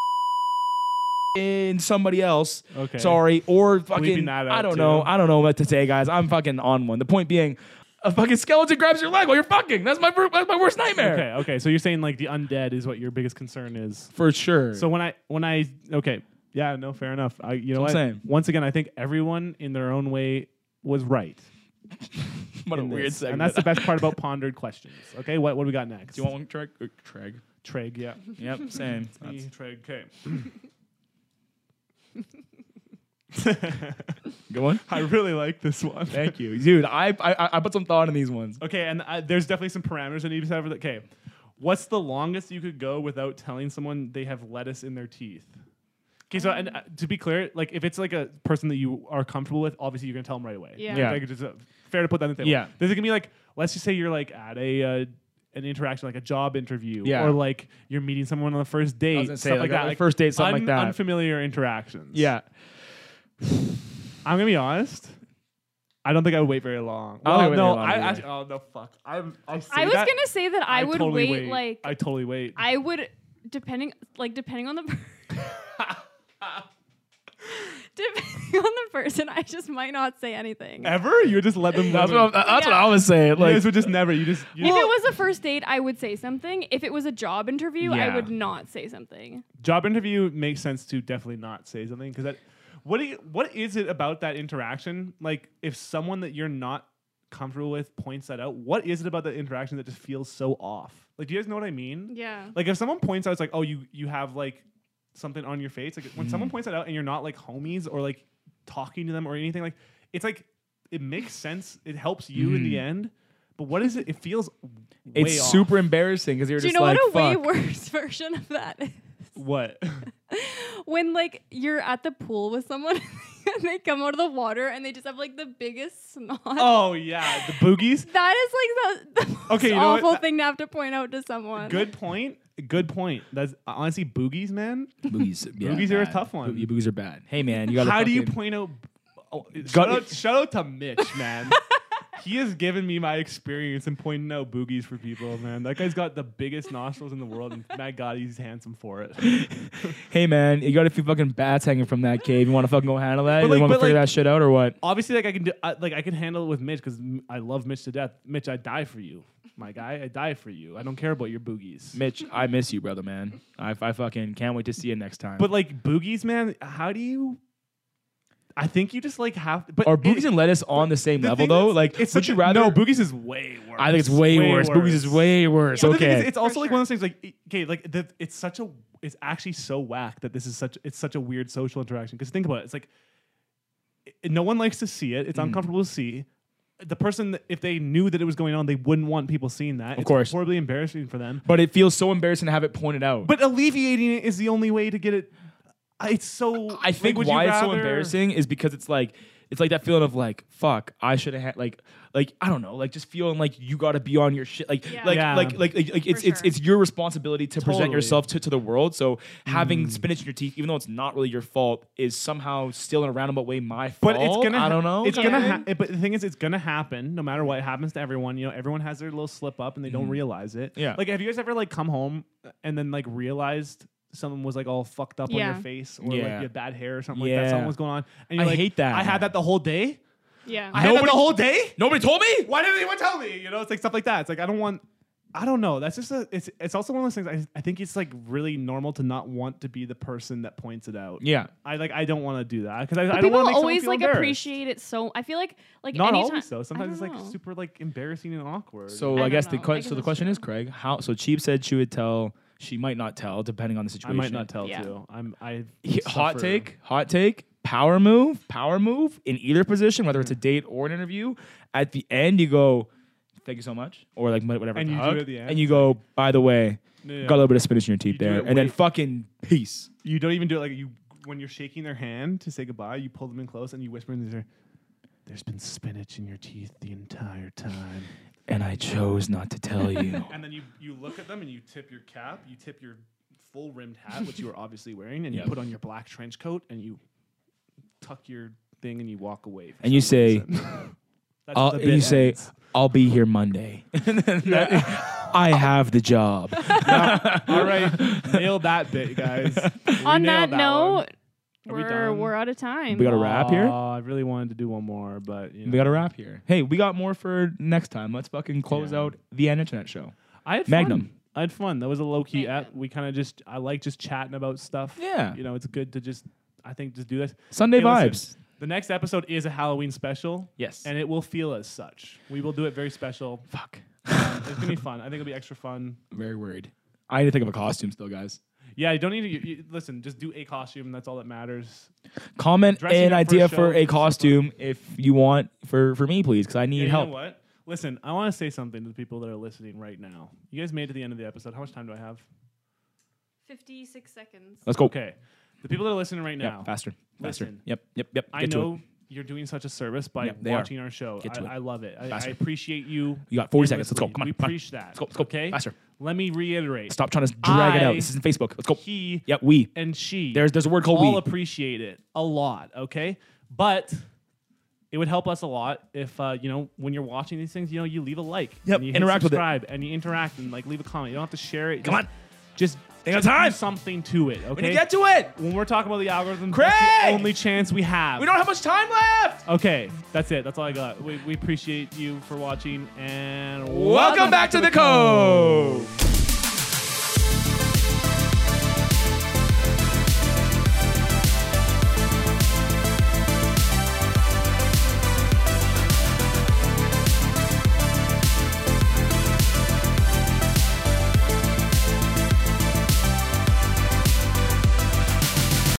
D: in somebody else.
C: Okay.
D: Sorry, or fucking.
C: that
D: I
C: out
D: don't
C: too.
D: know. I don't know what to say, guys. I'm fucking on one. The point being, a fucking skeleton grabs your leg while you're fucking. That's my wor- that's my worst nightmare.
C: Okay, okay. So you're saying like the undead is what your biggest concern is.
D: For sure.
C: So when I when I okay, yeah, no, fair enough. I you know
D: That's
C: what?
D: what I'm saying.
C: Once again, I think everyone in their own way was right.
D: (laughs) what a
C: in
D: weird
C: this.
D: segment. (laughs)
C: And that's the best part about pondered questions. Okay, what what do we got next?
D: Do you want one, Treg? Uh, Treg.
C: Treg? Yeah,
D: Yep, same. That's-
C: Me, Treg. Okay.
D: Good one.
C: (laughs) I really like this one.
D: Thank you, (laughs) dude. I, I I put some thought in these ones.
C: Okay, and I, there's definitely some parameters that need to be set for that. Okay, what's the longest you could go without telling someone they have lettuce in their teeth? Okay, so
E: Um,
C: and uh, to be clear, like if it's like a person that you are comfortable with, obviously you're gonna tell them right away.
E: Yeah.
D: Yeah.
C: Like, it's just, uh, fair to put that in the table.
D: Yeah.
C: this is gonna be like let's just say you're like at a. Uh, an interaction like a job interview,
D: Yeah.
C: or like you're meeting someone on the first date,
D: gonna say,
C: stuff
D: like,
C: like
D: on
C: that.
D: the first date, something like that.
C: Unfamiliar interactions.
D: Yeah.
C: I'm gonna be honest. I don't think I would wait very long.
H: I don't
C: Well,
H: think I
C: no,
H: would wait
C: I,
H: very long
C: I
H: either.
C: oh no fuck. I'm I, say
E: I was
C: that,
E: gonna say that I, would
C: totally
E: wait, like
C: I totally wait.
E: I would depending like depending on the per- (laughs) depending on the person, I just might not say anything. If
C: Ever? You would just let them.
D: That's what,
C: live it.
D: I'm- that's what I was saying.
C: you
D: Like,
C: guys would just never. You just. You
E: it was a first date, I would say something. If it was a job interview,
D: Yeah.
E: I would not say something.
C: job interview makes sense to definitely not say something because that. What do you, What is it about that interaction? Like, if someone that you're not comfortable with points that out, what is it about that interaction that just feels so off? Like, do you guys know what I mean?
E: Yeah.
C: Like if someone points out, it's like, oh, you you have like something on your face. Like when
D: Hmm.
C: someone points that out, and you're not like homies or like talking to them or anything. Like it's like it makes sense. It helps you in the end. But what is it? It feels way
D: Hmm. it's
C: off.
D: super embarrassing because you're
E: Do you
D: just
E: know
D: like,
E: what a way
D: fuck.
E: worse (laughs) version of that is?
C: what
E: When like you're at the pool with someone (laughs) and they come out of the water and they just have like the biggest snot.
C: oh yeah the
E: (laughs)
C: boogies.
E: That is like the, the
C: (laughs) Okay,
E: most
C: you know what?
E: awful
C: That-
E: thing to have to point out to someone.
C: Good point. Good point. That's honestly boogies, man.
D: (laughs)
C: (laughs)
D: Boogies, yeah,
C: Boogies are a
D: bad.
C: tough one.
D: Boogie- Boogies are bad. Hey man, you gotta.
C: How do you
D: fucking-
C: point out? Oh, shout out, shout out to Mitch,
D: (laughs)
C: man. he has given me my experience in pointing out boogies for people, man. That guy's got the biggest nostrils in the world, and my God, he's handsome for it.
D: (laughs) Hey man, you got a few fucking bats hanging from that cave. You want to fucking go handle that?
C: But
D: you
C: like-
D: want to
C: but
D: figure
C: like-
D: that shit out or what?
C: Obviously, like I can, do, I, like I can handle it with Mitch because I love Mitch to death. Mitch, I die for you, my guy. I die for you. I don't care about your boogies.
D: Mitch, I miss you, brother, man. I, I fucking can't wait to see you next time.
C: But like boogies, man. How do you? I think you just like have. But
D: are
C: it-
D: boogies and lettuce on the same
C: the
D: level
C: thing
D: though?
C: is,
D: Like, would
C: such
D: you
C: a-
D: rather?
C: No, boogies is way worse.
D: I think it's way, worse. Boogies is way worse.
C: But the thing
D: okay.
C: is, it's also
E: For
C: like one of those things. Like, okay, like the, it's such a, it's actually so whack that this is such, it's such a weird social interaction. Because think about it, it's like, i- no one likes to see it.
D: Mm.
C: It's uncomfortable to see. The person, if they knew that it was going on, they wouldn't want people seeing that. Of it's
D: course.
C: horribly embarrassing for them.
D: but it feels so embarrassing to have it pointed out.
C: But alleviating it is the only way to get it. I- It's so.
D: I think
C: like, would you
D: why it's so
C: rather-
D: embarrassing is because it's like it's like that feeling of like fuck I should have had like like I don't know like just feeling like you got to be on your shit like
E: Yeah.
D: Like,
C: Yeah.
D: like like like like it's it's
E: sure.
D: it's your responsibility to present
C: Totally. Mm.
D: yourself to, to the world so having spinach in your teeth even though it's not really your fault is somehow still in a roundabout way my fault
C: But it's gonna.
D: I
C: ha-
D: don't know
C: It's
D: kinda
C: gonna.
D: thing.
C: Ha- but the thing is, it's gonna happen no matter what. It happens to everyone. You know, everyone has their little slip up and they don't realize it.
D: Mm-hmm. Yeah.
C: Like, have you guys ever like come home uh, and then like realized someone was like all fucked up on
E: Yeah.
C: your face or like
D: Yeah.
C: you had bad hair or something like that?
D: Yeah.
C: Something was going on. And
D: I
C: you're like,
D: hate that.
C: I had that the whole day.
E: Yeah.
C: I had that the
D: Nobody-
C: whole day.
D: nobody told me
C: Why didn't anyone tell me? You know, it's like stuff like that. It's like I don't want. I don't know. That's just a. It's it's also one of those things. I I think it's like really normal to not want to be the person that points it out.
D: yeah
C: I like. I don't want to do that because I, I don't
E: people
C: want to make
E: always
C: someone
E: like
C: feel embarrassed.
E: appreciate it so. I feel like like
C: Not
E: anytime,
C: always
E: I
C: though. Sometimes it's
E: don't
C: like
E: know.
C: super like embarrassing and awkward.
D: so
E: I
D: I,
E: don't
D: guess the
E: know. I
D: que-
E: guess
D: so the
E: that's
D: question
E: true.
D: is Craig how so Cheap said she would tell she might not tell depending on the
C: I
D: situation
C: might not tell
E: Yeah.
C: too. I'm I
D: He- hot
C: suffer.
D: take, hot take, power move, power move in either position, whether it's a date or an interview. At the end, you go, "Thank you so much," or like wha- whatever.
C: And
D: the
C: you do
D: hug,
C: it at the end.
D: and you go, "By the way,
C: Yeah.
D: got a little bit of spinach in your teeth
C: do
D: there,"
C: it
D: and then
C: way-
D: fucking peace.
C: You don't even do it like you when you're shaking their hand to say goodbye. You pull them in close and you whisper in their ear. There's been spinach in your teeth the entire time.
D: And I chose not to tell
C: (laughs)
D: you.
C: And then you you look at them and you tip your cap. You tip your full rimmed hat, which you were obviously wearing, and
D: Yeah.
C: you put on your black trench coat and you tuck your thing and you walk away. for
D: And you
C: some
D: say,
C: reason. (laughs) That's
D: I'll,
C: the
D: and
C: bit
D: you say,
C: ends.
D: "I'll be here Monday."
C: (laughs)
D: And then that- (laughs) I have the job.
C: All right, nailed that
D: (laughs)
C: bit, guys.
E: On
C: We
E: that,
C: nailed one.
E: note,
C: we
E: are
C: done?
E: we are out of time.
D: we got a wrap
C: Aw,
D: here.
C: I really wanted to do one more, but you know.
D: We got a wrap here. Hey, we got more for next time. Let's fucking close
C: Yeah.
D: out the internet show.
C: I had Fun.
D: Magnum.
C: I had fun. That was a low key
E: Magnum.
C: app. We kind of just I like just chatting about stuff.
D: Yeah.
C: you know, it's good to just I think just do this
D: Sunday
C: listen,
D: vibes.
C: the next episode is a Halloween special.
D: Yes.
C: and it will feel as such. We will do it very special.
D: Fuck.
C: It's gonna be fun. I think it'll be extra fun.
D: Very worried. I need to think of a costume still, guys.
C: Yeah, you don't need to you, you- listen. Just do a costume. That's all that matters.
D: Comment
C: Dressing up
D: an
C: for a
D: idea
C: show
D: for
C: is
D: a
C: so
D: costume if you want for for me, please, because I need
C: And
D: help.
C: You know what? Listen, I want to say something to the people that are listening right now. You guys made it to the end of the episode. How much time do I have?
E: Fifty six seconds.
D: Let's go.
C: Okay, the people that are listening right
D: Yep,
C: now.
D: faster, faster.
C: Listen.
D: yep, yep, yep.
C: I
D: Get to it.
C: know you're doing such a service by
D: Yeah, they are.
C: watching our show.
D: Get to it.
C: I, I love it. I, I
D: Faster.
C: appreciate you.
D: You got 40
C: and
D: seconds. Let's go.
C: listening.
D: Come on,
C: We
D: come on.
C: preach that.
D: Let's go, let's go.
C: Okay.
D: Faster.
C: Let me reiterate.
D: Stop trying to drag it
C: I-
D: out. This isn't Facebook. Let's go.
C: He
D: Yep, we.
C: and she.
D: There's- there's a word called
C: all
D: we.
C: appreciate it a lot. Okay, but It would help us a lot if uh, you know when you're watching these things, you know you leave a like,
D: Yep,
C: and you hit
D: interact with it.
C: subscribe, and you interact and like leave a comment. You don't have to share it.
D: Come
C: Just-
D: on.
C: just
D: Think of
C: just do
D: time.
C: something to it. Okay,
D: When you get to it,
C: when we're talking about the algorithm, that's
D: Craig!
C: the only chance we have.
D: we don't have much time left.
C: Okay, that's it. That's all I got. We, we appreciate you for watching and
D: Welcome back to the cove.